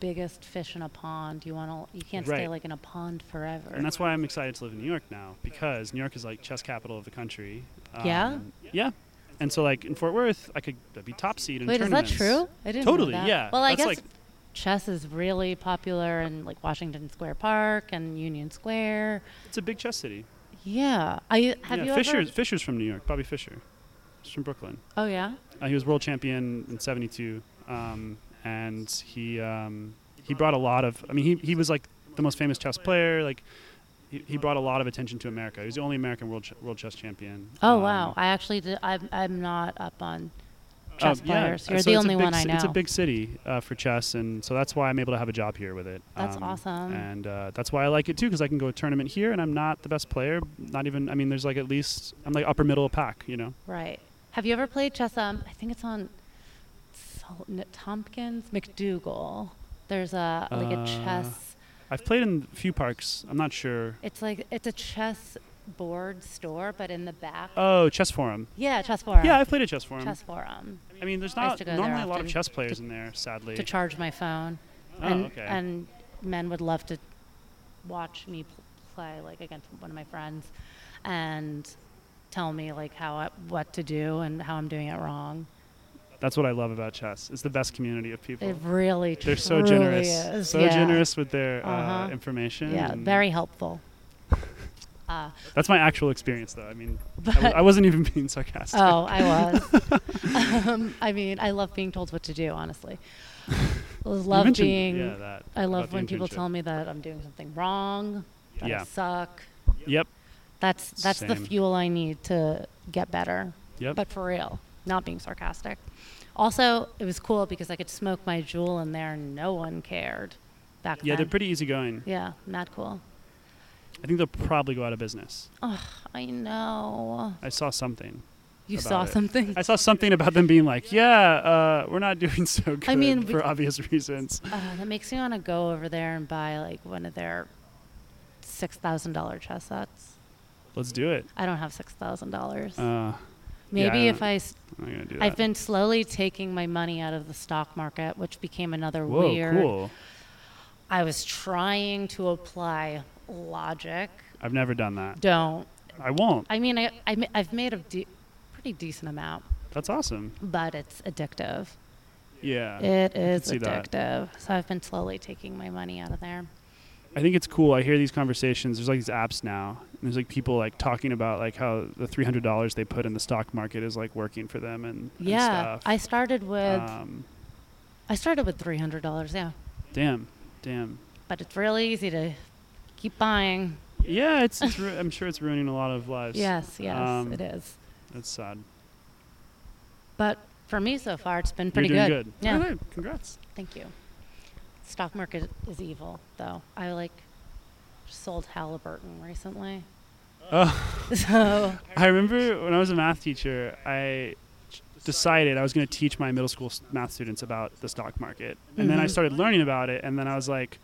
biggest fish in a pond. You want to. You can't stay
Right.
like in a pond forever.
And that's why I'm excited to live in New York now because New York is like chess capital of the country. Um,
Yeah?
Yeah. And so like in Fort Worth, I could be top seed in
Wait, is that
tournaments.
true? I didn't. know
Totally,
that.
yeah.
Well, I
That's
guess
like-
chess is really popular in like Washington Square Park and Union Square.
It's a big chess city.
Yeah. I have
yeah,
you
Fisher,
ever?
Fisher's from New York. Bobby Fisher. He's from Brooklyn.
Oh yeah.
Uh, he was world champion in '72, um, and he um, he brought a lot of. I mean, he he was like the most famous chess player. Like he, he brought a lot of attention to America. He was the only American world ch- world chess champion.
Oh
Um,
wow. I actually did. I'm, I'm not up on
uh,
chess
yeah,
players.
uh,
You're
so
the
it's a
only
big
one I
ci-
know.
It's a big city uh, for chess, and so that's why I'm able to have a job here with it. Um,
That's awesome.
And uh, that's why I like it too, because I can go to a tournament here, and I'm not the best player. Not even. I mean, there's like at least I'm like upper middle of pack. You know.
Right. Have you ever played chess? Um, I think it's on Sol- N- Tompkins McDougal. There's a like a
Uh,
chess.
I've played in a few parks. I'm not sure.
It's like it's a chess board store, but in the back.
Oh, chess forum.
yeah, chess forum.
Yeah, I've played at chess forum.
chess forum
I mean, there's
I used
not
to go there
normally a lot
often
of chess players
to-
in there, sadly.
to charge my phone.
Oh,
and,
okay.
And men would love to watch me pl- play like against one of my friends, and tell me like how I, what to do and how I'm doing it wrong.
That's what I love about chess. It's the best community of people.
It really
They're so
truly
generous,
is,
so
yeah.
generous with their uh,
Uh-huh.
information.
Yeah,
and-
very helpful. Uh,
That's my actual experience, though. I mean, I, w-
But-
I wasn't even being sarcastic.
oh, I was. um, I mean, I love being told what to do. Honestly,
You
love
mentioned-
being.
Yeah, that.
I
about
love
the
when people
internship.
tell me that I'm doing something wrong, that
Yeah.
I suck.
Yep.
That's that's the
Same.
fuel I need to get better.
Yep.
But for real, not being sarcastic. Also, it was cool because I could smoke my jewel in there. and No one cared back
yeah, they're
then.
pretty easygoing.
yeah, mad cool.
I think they'll probably go out of business.
I know.
I saw something.
You
About
saw
it.
something.
I saw something about them being like, "Yeah, uh, we're not doing so good
I mean, we-
for obvious reasons."
Uh, that makes me want to go over there and buy like one of their six thousand dollar chess sets.
Let's do it.
I don't have six thousand dollars.
Uh,
Maybe
I
if
don't-
I s-
I'm not gonna do that.
I've been slowly taking my money out of the stock market, which became another
Whoa,
weird.
cool.
I was trying to apply logic.
I've never done that.
Don't.
I won't.
I mean, I, I have made a de- pretty decent amount,
That's awesome.
but it's addictive.
Yeah.
It is
see
addictive.
that.
So I've been slowly taking my money out of there.
I think it's cool. I hear these conversations. There's like these apps now. And there's like people like talking about like how the three hundred dollars they put in the stock market is like working for them and and
Yeah,
stuff.
I started with
um,
I started with three hundred dollars. Yeah,
damn, damn.
but it's really easy to keep buying.
Yeah, it's. it's ru- I'm sure it's ruining a lot of lives.
Yes, yes,
Um,
it is.
That's sad.
But for me so far, it's been pretty
You're doing
good.
good.
Yeah,
All right, congrats.
thank you. Stock market is evil, though. I like sold Halliburton recently.
Oh,
So
I remember when I was a math teacher, I decided I was going to teach my middle school s- math students about the stock market, and then I
Mhm.
started learning about it, and then I was like,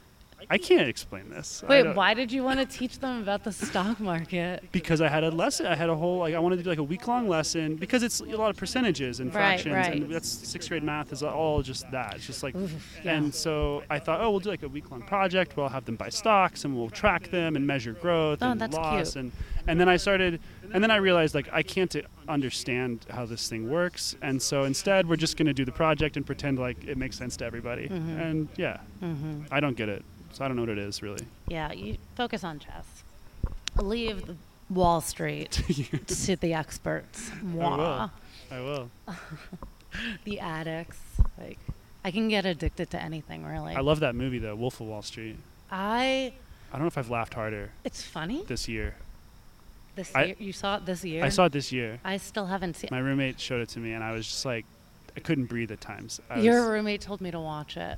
I can't explain this. I
wait,
don't-
why did you want to teach them about the stock market?
Because I had a lesson, I had a whole like I wanted to do like a week long lesson because it's a lot of percentages and
Right,
fractions,
right.
and that's sixth grade math is all just that. It's just like,
yeah.
and so I thought, oh, we'll do like a week long project. where I'll have them buy stocks and we'll track them and measure growth
Oh,
and
that's
loss
cute.
and and then I started, and then I realized like I can't uh, understand how this thing works, and so instead we're just gonna do the project and pretend like it makes sense to everybody,
Mhm.
and yeah,
Mm-hmm.
I don't get it, so I don't know what it is really.
Yeah, you focus on chess. Leave the Wall Street to the experts. Mwah.
I will.
the addicts. Like I can get addicted to anything really.
I love that movie though, Wolf of Wall Street.
I
I don't know if I've laughed harder
it's funny.
this year.
This
I-
year you saw it this year.
I saw it this year.
I still haven't seen.
My roommate showed it to me, and I was just like, I couldn't breathe at times. I
Your
was,
roommate told me to watch it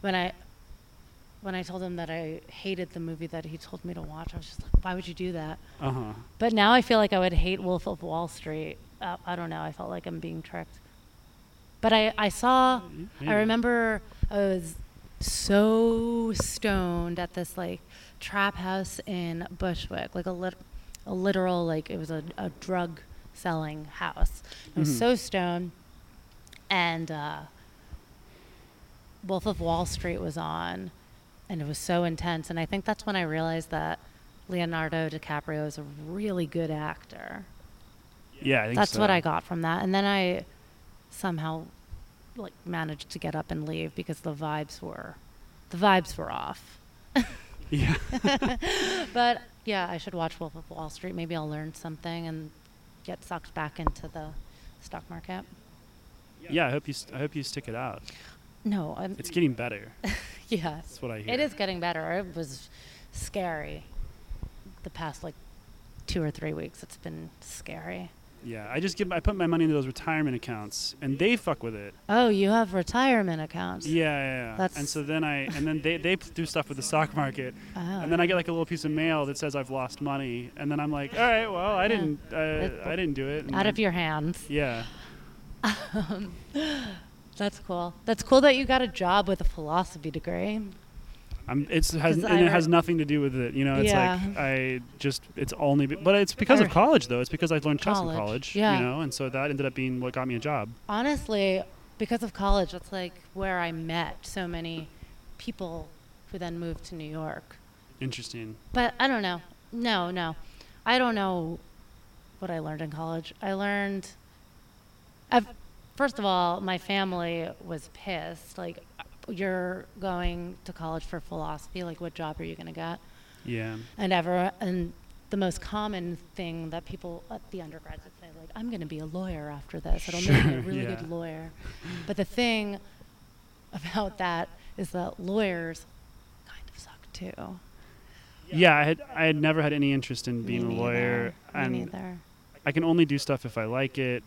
when I when I told him that I hated the movie that he told me to watch. I was just like, why would you do that?
Uh huh.
But now I feel like I would hate Wolf of Wall Street. Uh, I don't know. I felt like I'm being tricked. But I, I saw,
Maybe.
I remember I was so stoned at this like trap house in Bushwick, like a, lit- a literal, like it was a, a drug selling house. I was
Mhm.
so stoned. And uh, Wolf of Wall Street was on. And it was so intense. And I think that's when I realized that Leonardo DiCaprio is a really good actor.
Yeah, I think
That's
so.
what I got from that. And then I somehow like managed to get up and leave because the vibes were the vibes were off.
Yeah.
But yeah, I should watch Wolf of Wall Street. Maybe I'll learn something and get sucked back into the stock market.
yeah. I hope you. St- I hope you stick it out.
No, I'm,
It's getting better.
yeah.
That's what I hear.
It is getting better. It was scary the past like two or three weeks. It's been scary.
Yeah. I just give. I put my money into those retirement accounts, and they fuck with it.
Oh, you have retirement accounts.
Yeah, yeah. yeah.
That's-
and so then I. And then they they do stuff with the stock market,
Oh.
and then I get like a little piece of mail that says I've lost money, and then I'm like, all right, well, I didn't. Uh, I didn't do it. and
out
I-
of your hands.
Yeah.
Um, That's cool. That's cool that you got a job with a philosophy degree.
I'm, it's has
'Cause
and
I
it
re-
has nothing to do with it. You know, it's like
Yeah.
I just it's only be, but it's because
Or-
of college though. It's because I learned chess
College,
in college.
yeah.
You know, and so that ended up being what got me a job.
Honestly, because of college, that's like where I met so many people who then moved to New York.
Interesting.
But I don't know. No, no. I don't know what I learned in college. I learned, I've, first of all, my family was pissed. Like, you're going to college for philosophy. Like, what job are you going to get?
Yeah.
and ever and the most common thing that people at the undergraduate say, like, I'm going to be a lawyer after this. It'll make me a
Sure,
really
yeah.
good lawyer. But the thing about that is that lawyers kind of suck too.
Yeah, I had I had never had any interest in being
Me
a lawyer,
neither. Me
and
neither.
I can only do stuff if I like it.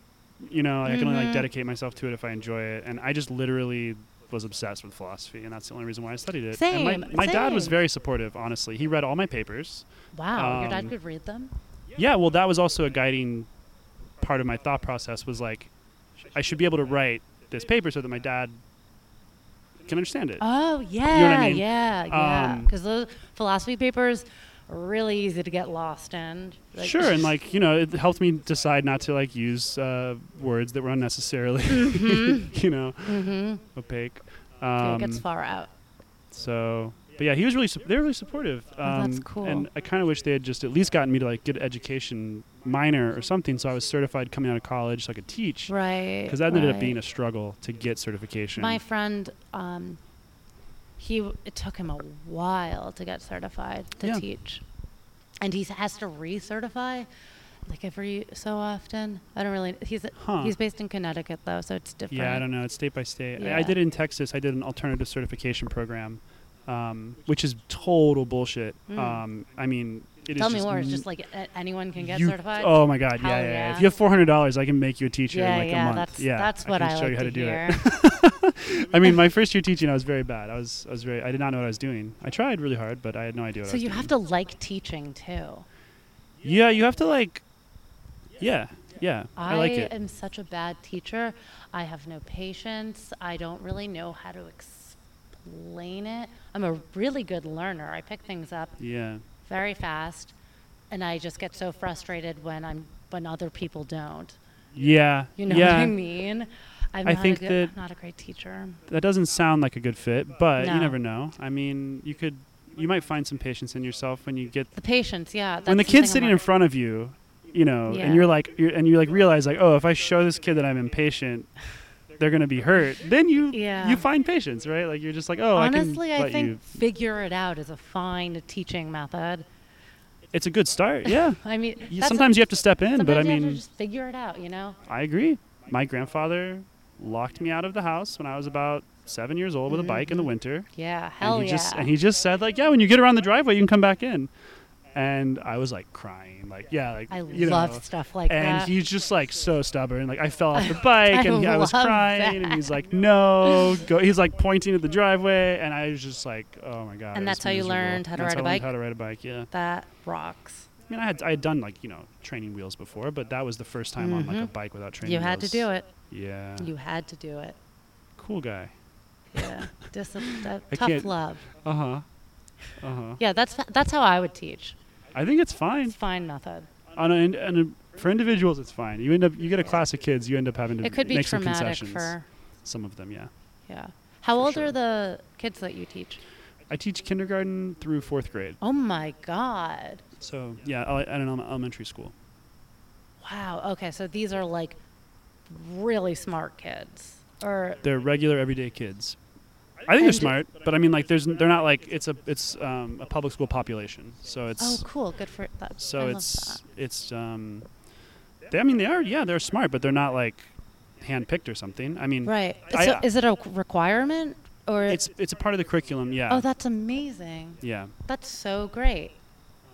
You know, I can only
Mhm.
like dedicate myself to it if I enjoy it. And I just literally was obsessed with philosophy, and that's the only reason why I studied it. and my
Same,
my dad was
same.
very supportive. Honestly, he read all my papers.
Wow, your
Um,
dad could read them.
Yeah, well, that was also a guiding part of my thought process. Was like, I should be able to write this paper so that my dad can understand it.
Oh yeah,
mean?
yeah, yeah.
Um,
Because those philosophy papers are really easy to get lost in. Like-
sure, and like you know, it helped me decide not to like use uh, words that were unnecessarily, you know,
Mhm.
opaque.
Mm-hmm. Yeah, it
Um,
gets far out.
so, but yeah, he was really su- they were really supportive. Um,
Oh, that's cool.
And I kind of wish they had just at least gotten me to like get an education minor or something, so I was certified coming out of college, so I could teach.
Right.
Because that ended up
right.
being a struggle to get certification.
My friend, um, he w- it took him a while to get certified to
Yeah.
teach, and he has to recertify like every so often. I don't really. He's
Huh.
he's based in Connecticut though, so it's different.
Yeah, I don't know. It's state by state. I, I
Yeah.
did it in Texas. I did an alternative certification program, um, which is total bullshit.
Mm.
Um, I mean, it is
Tell me
just
more. It's
n-
just like a- anyone can get
you-
certified.
Oh my god, yeah,
Hell
yeah, yeah.
yeah.
If you have four hundred dollars, I can make you a teacher
yeah,
in like
yeah,
a month.
that's
yeah,
that's what
I
I,
can show
like
you how to, do
hear.
it. I mean, my first year teaching, I was very bad. I was, I was very, I did not know what I was doing. I tried really hard, but I had no idea what
so
I was
you
doing.
have to like teaching too.
yeah, you have to like, yeah, yeah. I, like it.
am such a bad teacher. I have no patience. I don't really know how to explain it. I'm a really good learner. I pick things up
yeah,
very fast, and I just get so frustrated when I'm when other people don't.
yeah,
You know
yeah.
what I mean? I'm
I
not
think
a good,
that-
I'm not a great teacher.
that doesn't sound like a good fit, but
No.
you never know. I mean, you could you might find some patience in yourself when you get
The patience, yeah.
when the
that's
kid's
something
sitting
I'm
in front of you, you know,
Yeah.
and you're like you're, and you like realize like, oh, if I show this kid that I'm impatient, they're going to be hurt. Then you
Yeah.
you find patience, right? Like you're just like, oh,
Honestly,
I can
I,
let
think
you.
figure it out is a fine teaching method.
It's a good start. Yeah.
I mean,
You-
that's-
sometimes you have to step in, but I
sometimes you have to
mean,
just figure it out, you know.
I agree. My grandfather locked me out of the house when I was about 7 years old
Mm-hmm,
with a bike in the winter.
Yeah, hell
and he
yeah.
just and he just said like yeah when you get around the driveway you can come back in and i was like crying like yeah like
I
you
love
know.
stuff like
and
that.
he's just like so stubborn like i fell off the bike and i was
love
crying and he's like no go he's like pointing at the driveway and i was just like oh my god
And
it
that's
was
how you
miserable.
learned how to
That's
ride a
I
bike?
learned how to ride a bike yeah
that rocks.
i mean i had i had done like you know training wheels before but that was the first time on like a bike without training
Mm-hmm. you had to
wheels.
do it.
yeah
You had to do it.
cool guy
Yeah, Discipline, that,
I
tough
can't-
love.
uh-huh uh-huh
Yeah, that's that's how I would teach.
i think it's fine
It's fine method.
on an, on a, for individuals it's fine you end up you get a class of kids you end up having to
It could be
make some
traumatic
concessions
for
some of them yeah
yeah. How
For
old
sure.
are the kids that you teach?
i teach kindergarten through fourth grade
Oh my god.
so yeah I- at an ele- elementary school
Wow. Okay, so these are like really smart kids. Or
they're regular everyday kids i think they're
And-
smart but i mean like there's n- they're not like it's a it's um, a public school population so
Oh,
it's
cool. Good for that. I
so
love
it's
that.
it's um they, i mean they are yeah they're smart but they're not like handpicked or something i mean
Right.
I-
so is it a requirement or
it's it's a part of the curriculum yeah
Oh, that's amazing.
yeah
That's so great.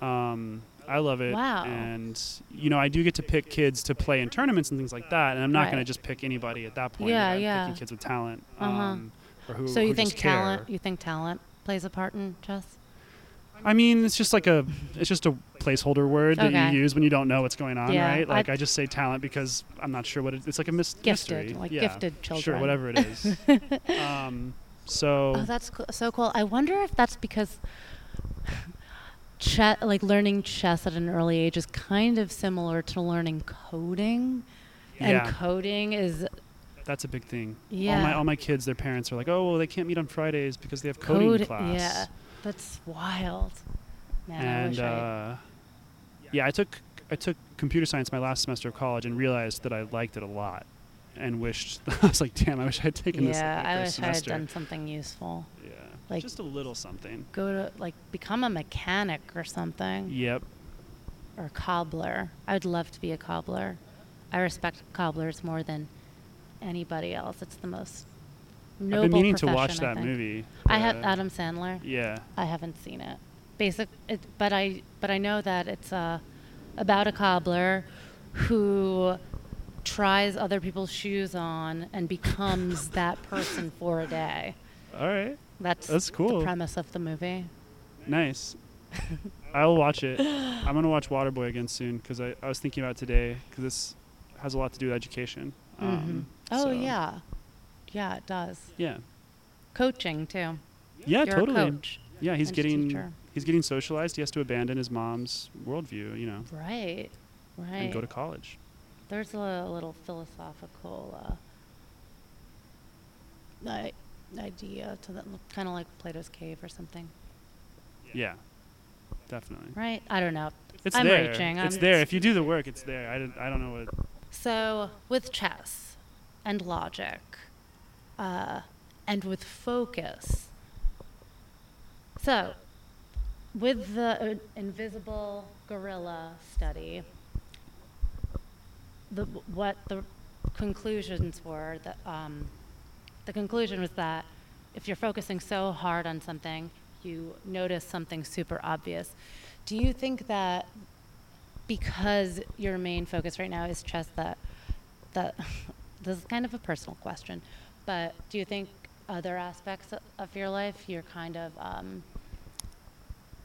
Um, I love it.
Wow.
And you know, I do get to pick kids to play in tournaments and things like that. And I'm not
Right.
going to just pick anybody at that point.
Yeah,
I'm
yeah.
Picking kids with talent.
Uh-huh.
Um, or who,
so you
who
think
just care.
talent? You think talent plays a part in chess?
I mean, it's just like a, it's just a placeholder word that
Okay.
you use when you don't know what's going on,
Yeah,
right? Like
I-
I, just say talent because I'm not sure what it, it's like a mis-
Gifted,
mystery.
like
Yeah.
gifted
Sure,
children.
whatever it is. um, so
Oh, that's co- so cool. I wonder if that's because chess, like learning chess at an early age, is kind of similar to learning coding,
Yeah.
and coding is
that's a big thing. All my
Yeah.
all my kids, their parents are like, oh, well, they can't meet on Fridays because they have coding
code-
class.
Yeah, that's wild. Man, I
and
wish I.
uh, yeah, I took I took computer science my last semester of college and realized that I liked it a lot, and wished I was like, damn, I wish I had taken this.
Yeah,
like, my
I wish
first
I had
semester.
done something useful.
Yeah,
like-
just a little something.
Go to like become a mechanic or something.
Yep.
or cobbler. I would love to be a cobbler. I respect cobblers more than anybody else. It's the most noble
I've been meaning to
profession,
watch
I
that
think.
movie.
I have
but-
Adam Sandler.
Yeah.
I haven't seen it. Basic, it, but I but I know that it's uh, about a cobbler who tries other people's shoes on and becomes that person for a day.
All right.
That's
That's cool.
The premise of the movie.
Nice. I'll watch it. I'm gonna watch Waterboy again soon because I, I was thinking about it today because this has a lot to do with education. Um,
Mhm. Oh
so-
yeah, yeah it does.
Yeah.
Coaching too.
Yeah.
You're
totally.
a coach,
Yeah. He's
and a
getting
teacher.
he's getting socialized. He has to abandon his mom's worldview, you know,
right? Right.
and go to college.
There's a little philosophical uh, i- idea to that, kind of like Plato's Cave or something,
Yeah. Definitely.
right? I don't know.
It's
I'm
there.
reaching.
It's
I'm-
there. If you do the work, it's there. I, don't- I don't know what.
So with chess and logic, uh, and with focus. So, with the uh, invisible gorilla study, the what the conclusions were that um, the conclusion was that if you're focusing so hard on something, you notice something super obvious. Do you think that because your main focus right now is chess that that this is kind of a personal question but do you think other aspects o- of your life you're kind of um,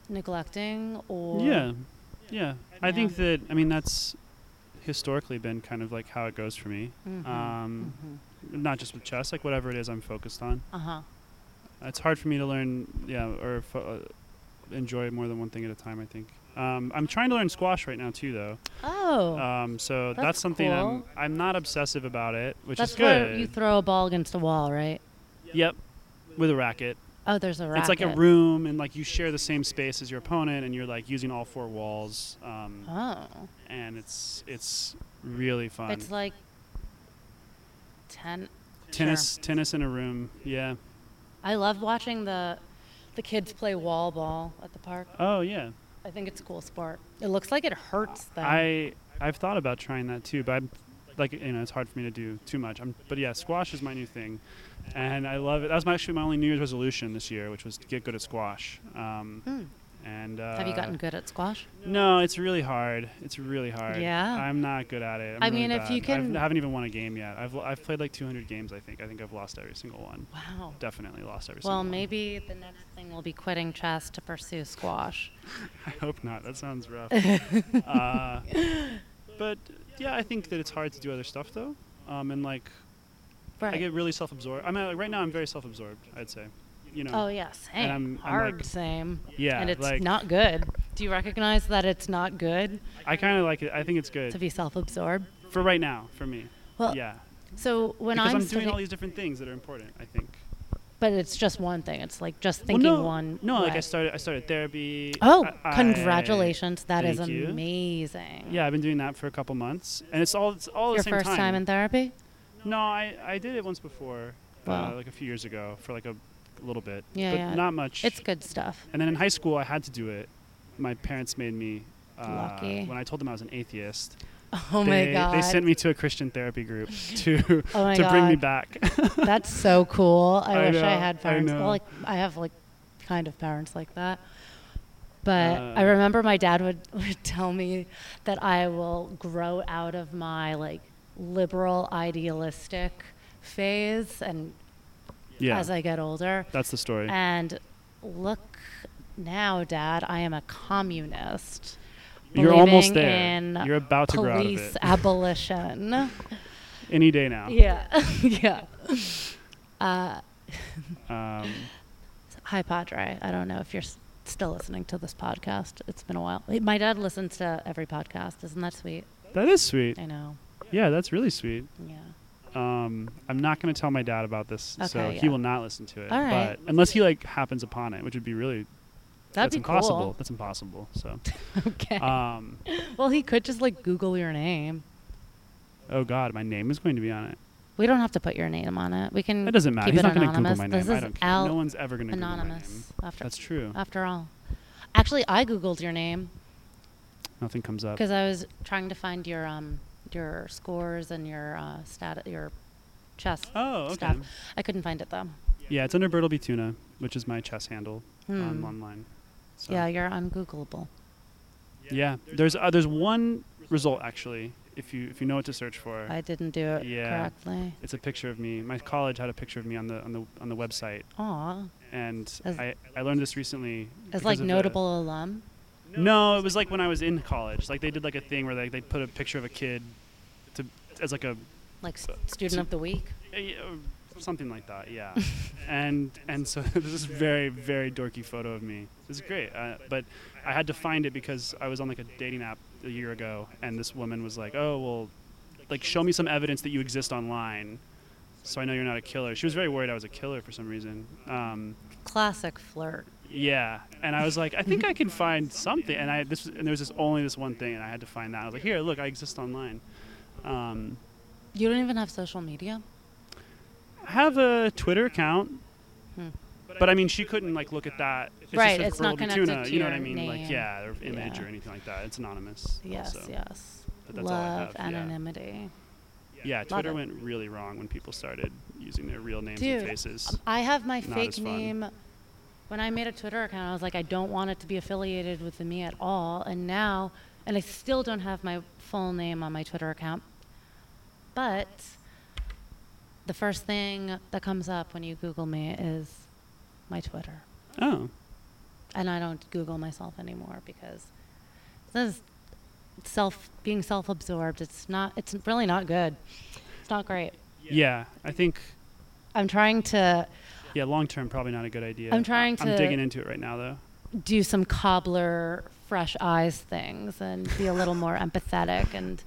neglecting or
Yeah. Yeah. I
Yeah.
think that, I mean, that's historically been kind of like how it goes for me.
Mhm.
Um,
Mhm.
Not just with chess, like whatever it is I'm focused on.
uh-huh
It's hard for me to learn, yeah, or fo- uh, enjoy more than one thing at a time, I think. Um, I'm trying to learn squash right now, too, though.
oh
Um, so that's,
That's
something I'm,
cool.
I'm not obsessive about it, which
that's
is
where
good.
you throw a ball against a wall right
yep. With a racket.
oh there's a racket
It's like a room, and like you share the same space as your opponent, and you're like using all four walls. Um,
oh
and it's it's really fun.
it's like 10
tennis tennis in a room. Yeah.
i love watching the the kids play wall ball at the park
Oh yeah.
I think it's a cool sport. It looks like it hurts though.
I I've thought about trying that too, but I'm like you know it's hard for me to do too much. I'm, but yeah, squash is my new thing, and I love it. That was my, actually my only New Year's resolution this year, which was to get good at squash. Um,
Hmm.
And uh,
Have you gotten good at squash?
No, it's really hard. It's really hard.
Yeah.
I'm not good at it. I'm
I
really
mean, if
bad.
you
I've-
can-
I haven't even won a game yet. I've l- I've played like 200 games. I think. I think I've lost every single one.
Wow.
Definitely lost every single
Well,
one.
maybe the next thing will be quitting chess to pursue squash.
I hope not. That sounds rough. uh, but yeah, I think that it's hard to do other stuff though, um, and like
Right.
I get really self-absorbed. I mean, like, right now I'm very self-absorbed. I'd say, you know.
oh yeah, same.
And I'm- I'm
Hard
like-
same.
Yeah,
And it's
like-
not good. Do you recognize that it's not good
I kind of like it. I think it's
to
good
be self-absorbed?
for right now for me.
Well,
yeah,
so when
because I'm, doing
study-
all these different things that are important. I think.
but it's just one thing. It's like just
Well,
thinking
no,
one.
No, like I
way.
started. I started therapy.
Oh,
I- I-
congratulations! That is
Thank you.
amazing.
yeah, I've been doing that for a couple months, and it's all it's all
Your
the same
first time in therapy?
No, I, I did it once before,
Wow.
uh, like a few years ago, for like a little bit.
Yeah,
but
yeah.
not much.
It's good stuff.
and then in high school, I had to do it. My parents made me. Uh,
Lucky.
When I told them I was an atheist,
Oh
they,
my god.
they sent me to a Christian therapy group to
Oh my
to bring me
God.
back.
That's so cool. I,
I
wish I
know,
had
I
parents.
know.
well, like I have like kind of parents like that. But I
Uh,
remember my dad would, would tell me that I will grow out of my like liberal idealistic phase and
yeah,
as I "Ah." get older.
that's the story.
And look now, dad, I am a communist.
You're
believing
almost there.
in
You're about to grow out of
police
it
abolition.
any day now.
yeah. yeah. Uh,
Um,
Hi, Padre. I don't know if you're s- still listening to this podcast. It's been a while. Hey, My dad listens to every podcast. Isn't that sweet?
that is sweet.
I know.
Yeah, that's really sweet.
Yeah.
Um, I'm not going to tell my dad about this, so
Okay,
he
yeah.
will not listen to it.
All right.
But unless he like happens upon it, which would be really
That'd
that's
be
impossible. That's impossible. So,
cool. Okay.
um,
well, he could just like Google your name.
oh god, my name is going to be on it.
We don't have to put your name on it. We can.
That doesn't matter.
Keep
He's
it
not going to Google
anonymous.
my
This
name. I
is
don't care.
Al
no one's ever going to Google my name.
anonymous. After
That's true.
after all, actually, I googled your name
nothing comes up.
Because I was trying to find your um your scores and your uh, stat your chess.
Oh, okay.
Stop. I couldn't find it though.
Yeah, it's under Bertle B. Tuna, which is my chess handle um,
Hmm.
online. So,
Yeah, you're ungoogleable.
Yeah, there's uh, there's one result actually. If you if you know what to search for,
I didn't do it
Yeah.
correctly.
it's a picture of me. My college had a picture of me on the on the on the website,
Aw,
and
As-
I, I learned this recently.
as
because
like
of the-
notable alum.
no, it was like when I was in college. Like they did like a thing where like they put a picture of a kid to as like a
like s- student of the week.
a- uh, something like that yeah and and so this is very very dorky photo of me this is great uh, but i had to find it because i was on like a dating app a year ago and this woman was like oh well like show me some evidence that you exist online so i know you're not a killer she was very worried i was a killer for some reason um,
Classic flirt.
yeah and i was like i think i can find something and i this and there was this only this one thing and i had to find that i was like here look i exist online um,
You don't even have social media.
I have a Twitter account,
Hmm.
but I mean, she couldn't like look at that. It's
Right,
just a
it's not
Bertolini
connected
tuna,
to
You know what
your
I mean? Like,
name.
yeah, or image
Yeah.
or anything like that. It's anonymous.
Yes,
also.
yes.
But that's all I
Love
have, yeah.
anonymity.
Yeah, Twitter
it.
went really wrong when people started using their real names and
Dude, um,
faces.
I have my
Not as
fake
fun.
name. When I made a Twitter account, I was like, I don't want it to be affiliated with me at all. And now, and I still don't have my full name on my Twitter account. But the first thing that comes up when you Google me is my Twitter.
Oh,
and I don't Google myself anymore because this is self being self-absorbed. It's not. It's really not good. It's not great.
yeah. I think
I'm trying to
yeah, long term probably not a good idea.
I'm trying
I'm
to-
digging into it right now though.
do some cobbler fresh eyes things and be a little more empathetic and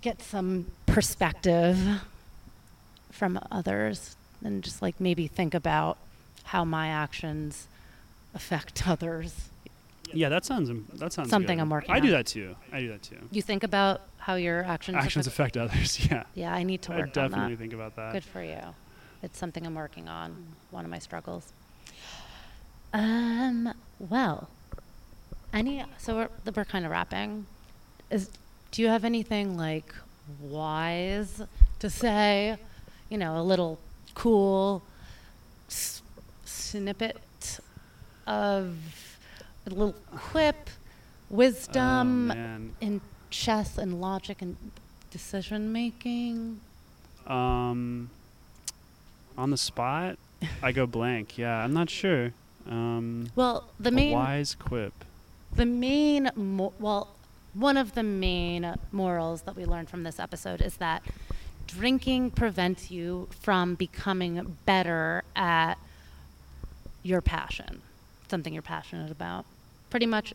get some perspective from others and just like maybe think about how my actions affect others.
Yeah, that sounds that sounds
Something
good.
I'm working
I do
on.
that too. I do that too.
You think about how your actions
Actions
affect
affect others. Yeah,
Yeah, I need to
I
work on
definitely
that.
think about that. Oh,
Good for you. It's something I'm working on. One of my struggles. Um. Well, any. So we're th- we're kind of wrapping. Is do you have anything like wise to say? You know, a little cool s- snippet of a little quip, wisdom
Oh, man.
in chess and logic and decision making.
Um, on the spot, I go blank. Yeah, I'm not sure. Um,
Well, the
a
main,
wise quip.
the main, mo- well, one of the main morals that we learned from this episode is that drinking prevents you from becoming better at your passion, something you're passionate about. Pretty much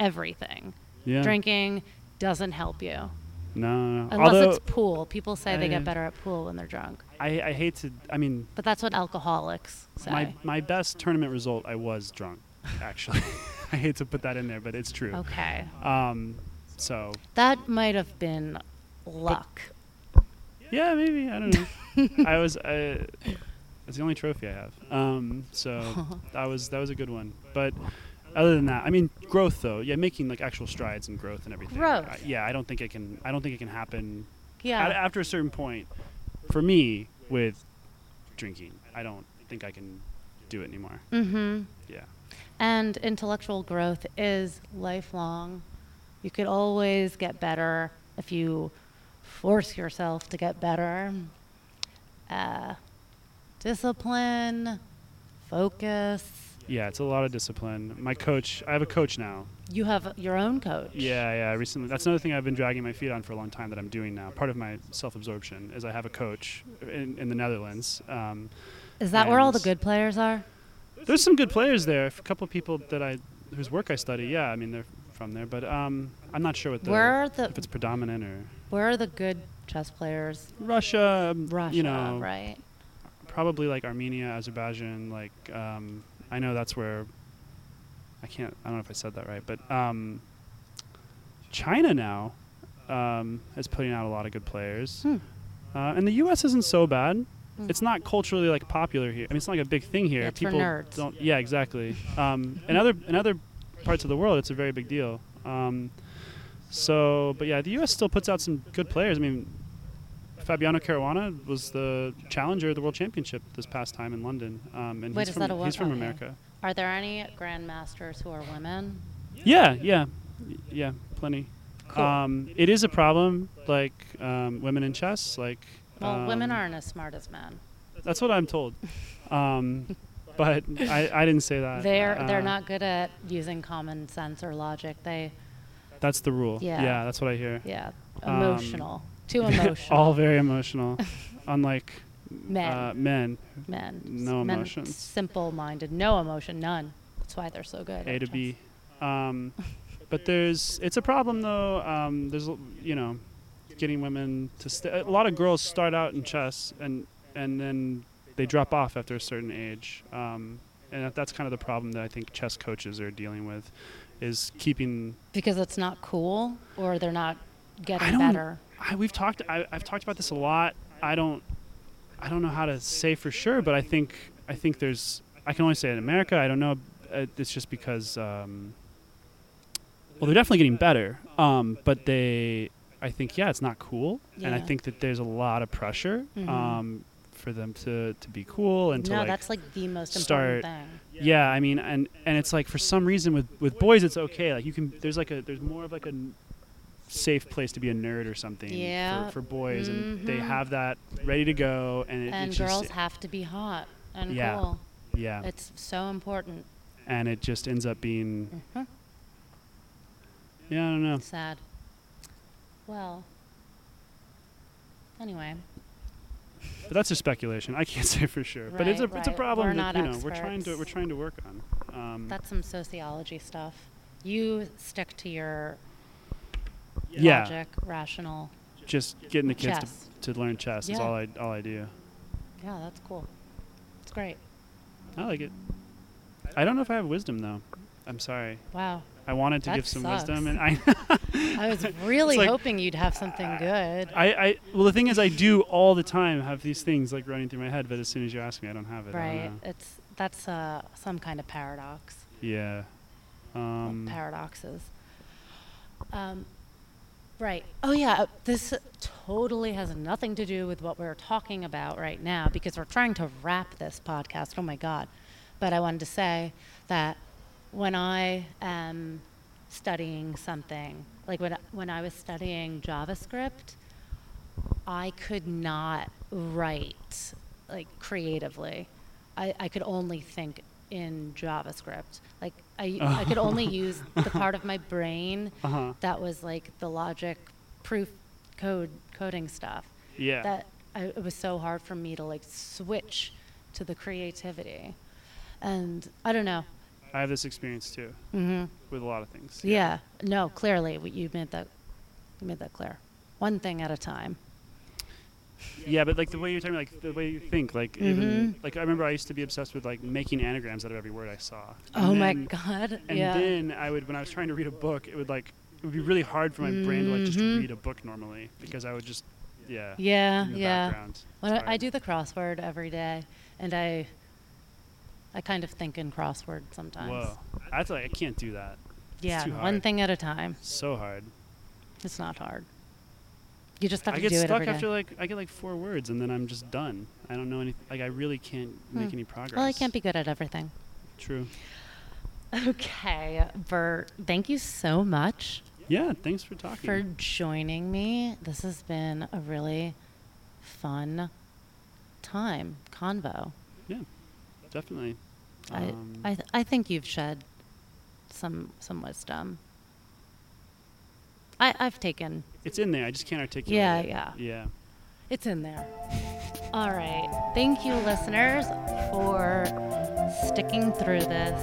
everything.
Yeah.
Drinking doesn't help you
No, no. no.
unless
Although
it's pool. People say they
I-
get better at pool when they're drunk,
I, I hate to. I mean,
but that's what alcoholics say.
my my best tournament result, I was drunk. Actually, I hate to put that in there, but it's true.
okay,
Um, so
that might have been luck.
yeah, maybe I don't know. I was. I, it's the only trophy I have. Um, so that was that was a good one. But other than that, I mean, growth though. Yeah, making like actual strides and growth and everything.
Growth.
I- yeah, I don't think it can. I don't think it can happen.
Yeah.
At, after a certain point, for me with drinking, I don't think I can do it anymore.
mm-hmm.
Yeah.
And intellectual growth is lifelong. You could always get better if you force yourself to get better. Uh, discipline, focus.
Yeah, it's a lot of discipline. My coach, I have a coach now.
You have your own coach.
Yeah, yeah. Recently, that's another thing I've been dragging my feet on for a long time that I'm doing now. Part of my self-absorption is I have a coach in, in the Netherlands. Um,
Is that where all the
And-
good players are?
there's some good players there. A couple of people that I whose work I study. Yeah, I mean they're from there, but um, I'm not sure what the,
Where are the
if it's predominant or
Where are the good chess players?
Russia. um,
Russia,
you know,
right?
probably like Armenia, Azerbaijan. Like um, I know that's where I can't. I don't know if I said that right, but um, China now um, is putting out a lot of good players,
Hmm.
uh, and the U.S. isn't so bad.
Mm.
It's not culturally like popular here. I mean, it's not like a big thing here.
Yeah, it's for
People
nerds.
don't. Yeah, exactly. Um, in other in other parts of the world, it's a very big deal. Um, so, but yeah, the U.S. still puts out some good players. I mean, Fabiano Caruana was the challenger of the World Championship this past time in London, um, and
Wait,
he's
is
from
that a Oh, wo-
he's from
okay.
America.
Are there any grandmasters who are women?
Yeah, yeah, y- yeah, plenty.
Cool.
Um, it is a problem, like um, women in chess. Like,
Well, women
um,
aren't as smart as men.
That's what I'm told. Um, but I, I didn't say that.
They're
Uh,
they're not good at using common sense or logic. They
That's the rule.
Yeah.
yeah that's what I hear.
yeah,
Um,
emotional, too emotional.
All uh, very emotional, unlike
men,
uh, men.
men,
no
men,
emotions.
simple minded, no emotion, none. That's why they're so good.
A
at
to
chess.
B. Um, but there's it's a problem though. Um, there's l- you know, getting women to st- a lot of girls start out in chess and and then they drop off after a certain age. Um, and that- that's kind of the problem that I think chess coaches are dealing with, is keeping.
because it's not cool, or they're not
I
getting
don't-
better.
I, we've talked. I, I've talked about this a lot. I don't. I don't know how to say for sure, but I think I think there's. I can only say in America. I don't know. uh, It's just because. Um, well, they're definitely getting better, um, but they. I think yeah, it's not cool, and I
Yeah.
think that there's a lot of pressure
Mhm.
um, for them to to be cool and to
no,
like.
that's like the most
start-
important thing.
yeah, I mean, and and it's like for some reason with with boys, it's okay. Like you can. There's like a. There's more of like a n- safe place to be a nerd or something
Yeah.
for, for boys and they
Mhm.
have that ready to go and it,
And
it
girls
just
have to be hot and
Yeah.
cool.
yeah
It's so important.
and it just ends up being
Mhm. Mm-hmm.
yeah i don't know
Sad. Well. Anyway.
Mm-hmm. but that's just speculation i can't say for sure but it's a
Right,
it's a
right.
problem
We're
that
not
you know we're trying to
experts.
we're trying to work on um
That's some sociology stuff. You stick to your
yeah
logic, rational.
just getting the kids
Chess.
to, to learn chess is
Yeah.
all i all i do
Yeah, that's cool. It's great.
i like it i don't know if i have wisdom though i'm sorry
Wow.
i wanted to
That
give some
sucks.
wisdom and i
I was really
like-
hoping you'd have something good.
I, I well the thing is I do all the time have these things like running through my head, but as soon as you ask me, I don't have it. I don't
right.
know.
It's that's uh, some kind of paradox.
Yeah.
Well,
Um,
paradoxes. Um, right. Oh yeah. uh, This totally has nothing to do with what we're talking about right now because we're trying to wrap this podcast. Oh my god. But I wanted to say that when I am studying something, like when I- when I was studying JavaScript, I could not write like creatively. I, I could only think in JavaScript. Like I, I could only use the part of my brain
Uh-huh.
that was like the logic, proof, code, coding stuff.
yeah.
That I, it was so hard for me to like switch to the creativity, and I don't know.
I have this experience too
Mm-hmm.
with a lot of things.
Yeah. No, clearly w- you made that you made that clear. One thing at a time.
Yeah, but like the way you're talking, like the way you think, like even
Mhm.
like I remember I used to be obsessed with like making anagrams out of every word I saw.
Oh
And
my
then-
god.
And
yeah.
then I would when I was trying to read a book, it would like it would be really hard for my brain to like just
Mhm.
read a book normally because I would just yeah.
yeah.
In the
Yeah.
background.
When
It's
I, I
hard.
do the crossword every day, and I, I kind of think in crossword sometimes.
Whoa. That's like I can't do that.
Yeah,
too
one
hard.
thing at a time.
So hard.
It's not hard. You just have
I
to
get
do it
stuck
every day.
after like I get like four words and then I'm just done. I don't know any like I really can't make
Hmm.
any progress.
well, I can't be good at everything.
true.
Okay, Bert. Thank you so much
Yeah, thanks for talking.
for joining me. This has been a really fun time convo.
yeah, definitely. Um,
I I, th- I think you've shed some some wisdom. I I've taken
it's in there. I just can't articulate.
Yeah,
it.
yeah.
yeah.
It's in there. All right. Thank you, listeners, for sticking through this.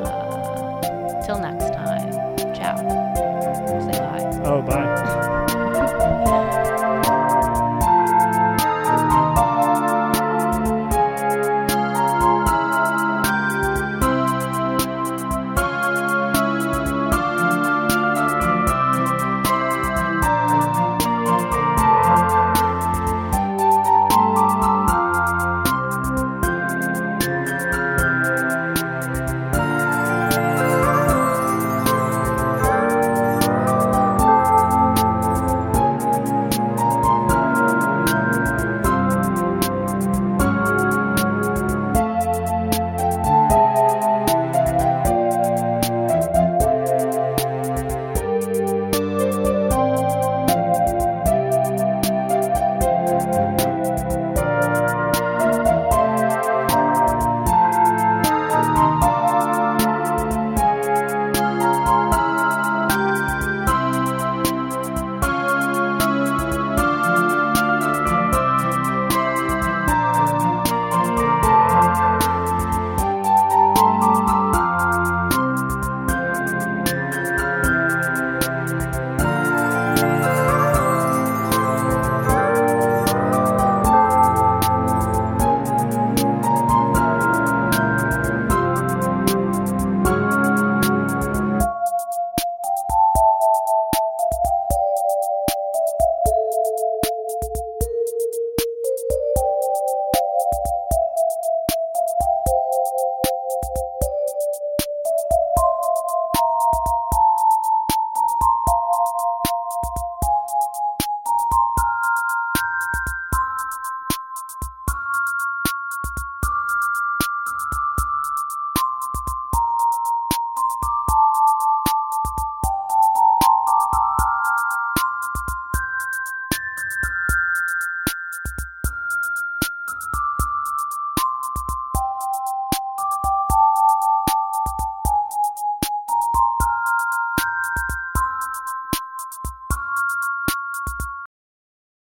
Uh, till next time. Ciao. Say bye.
Oh, bye.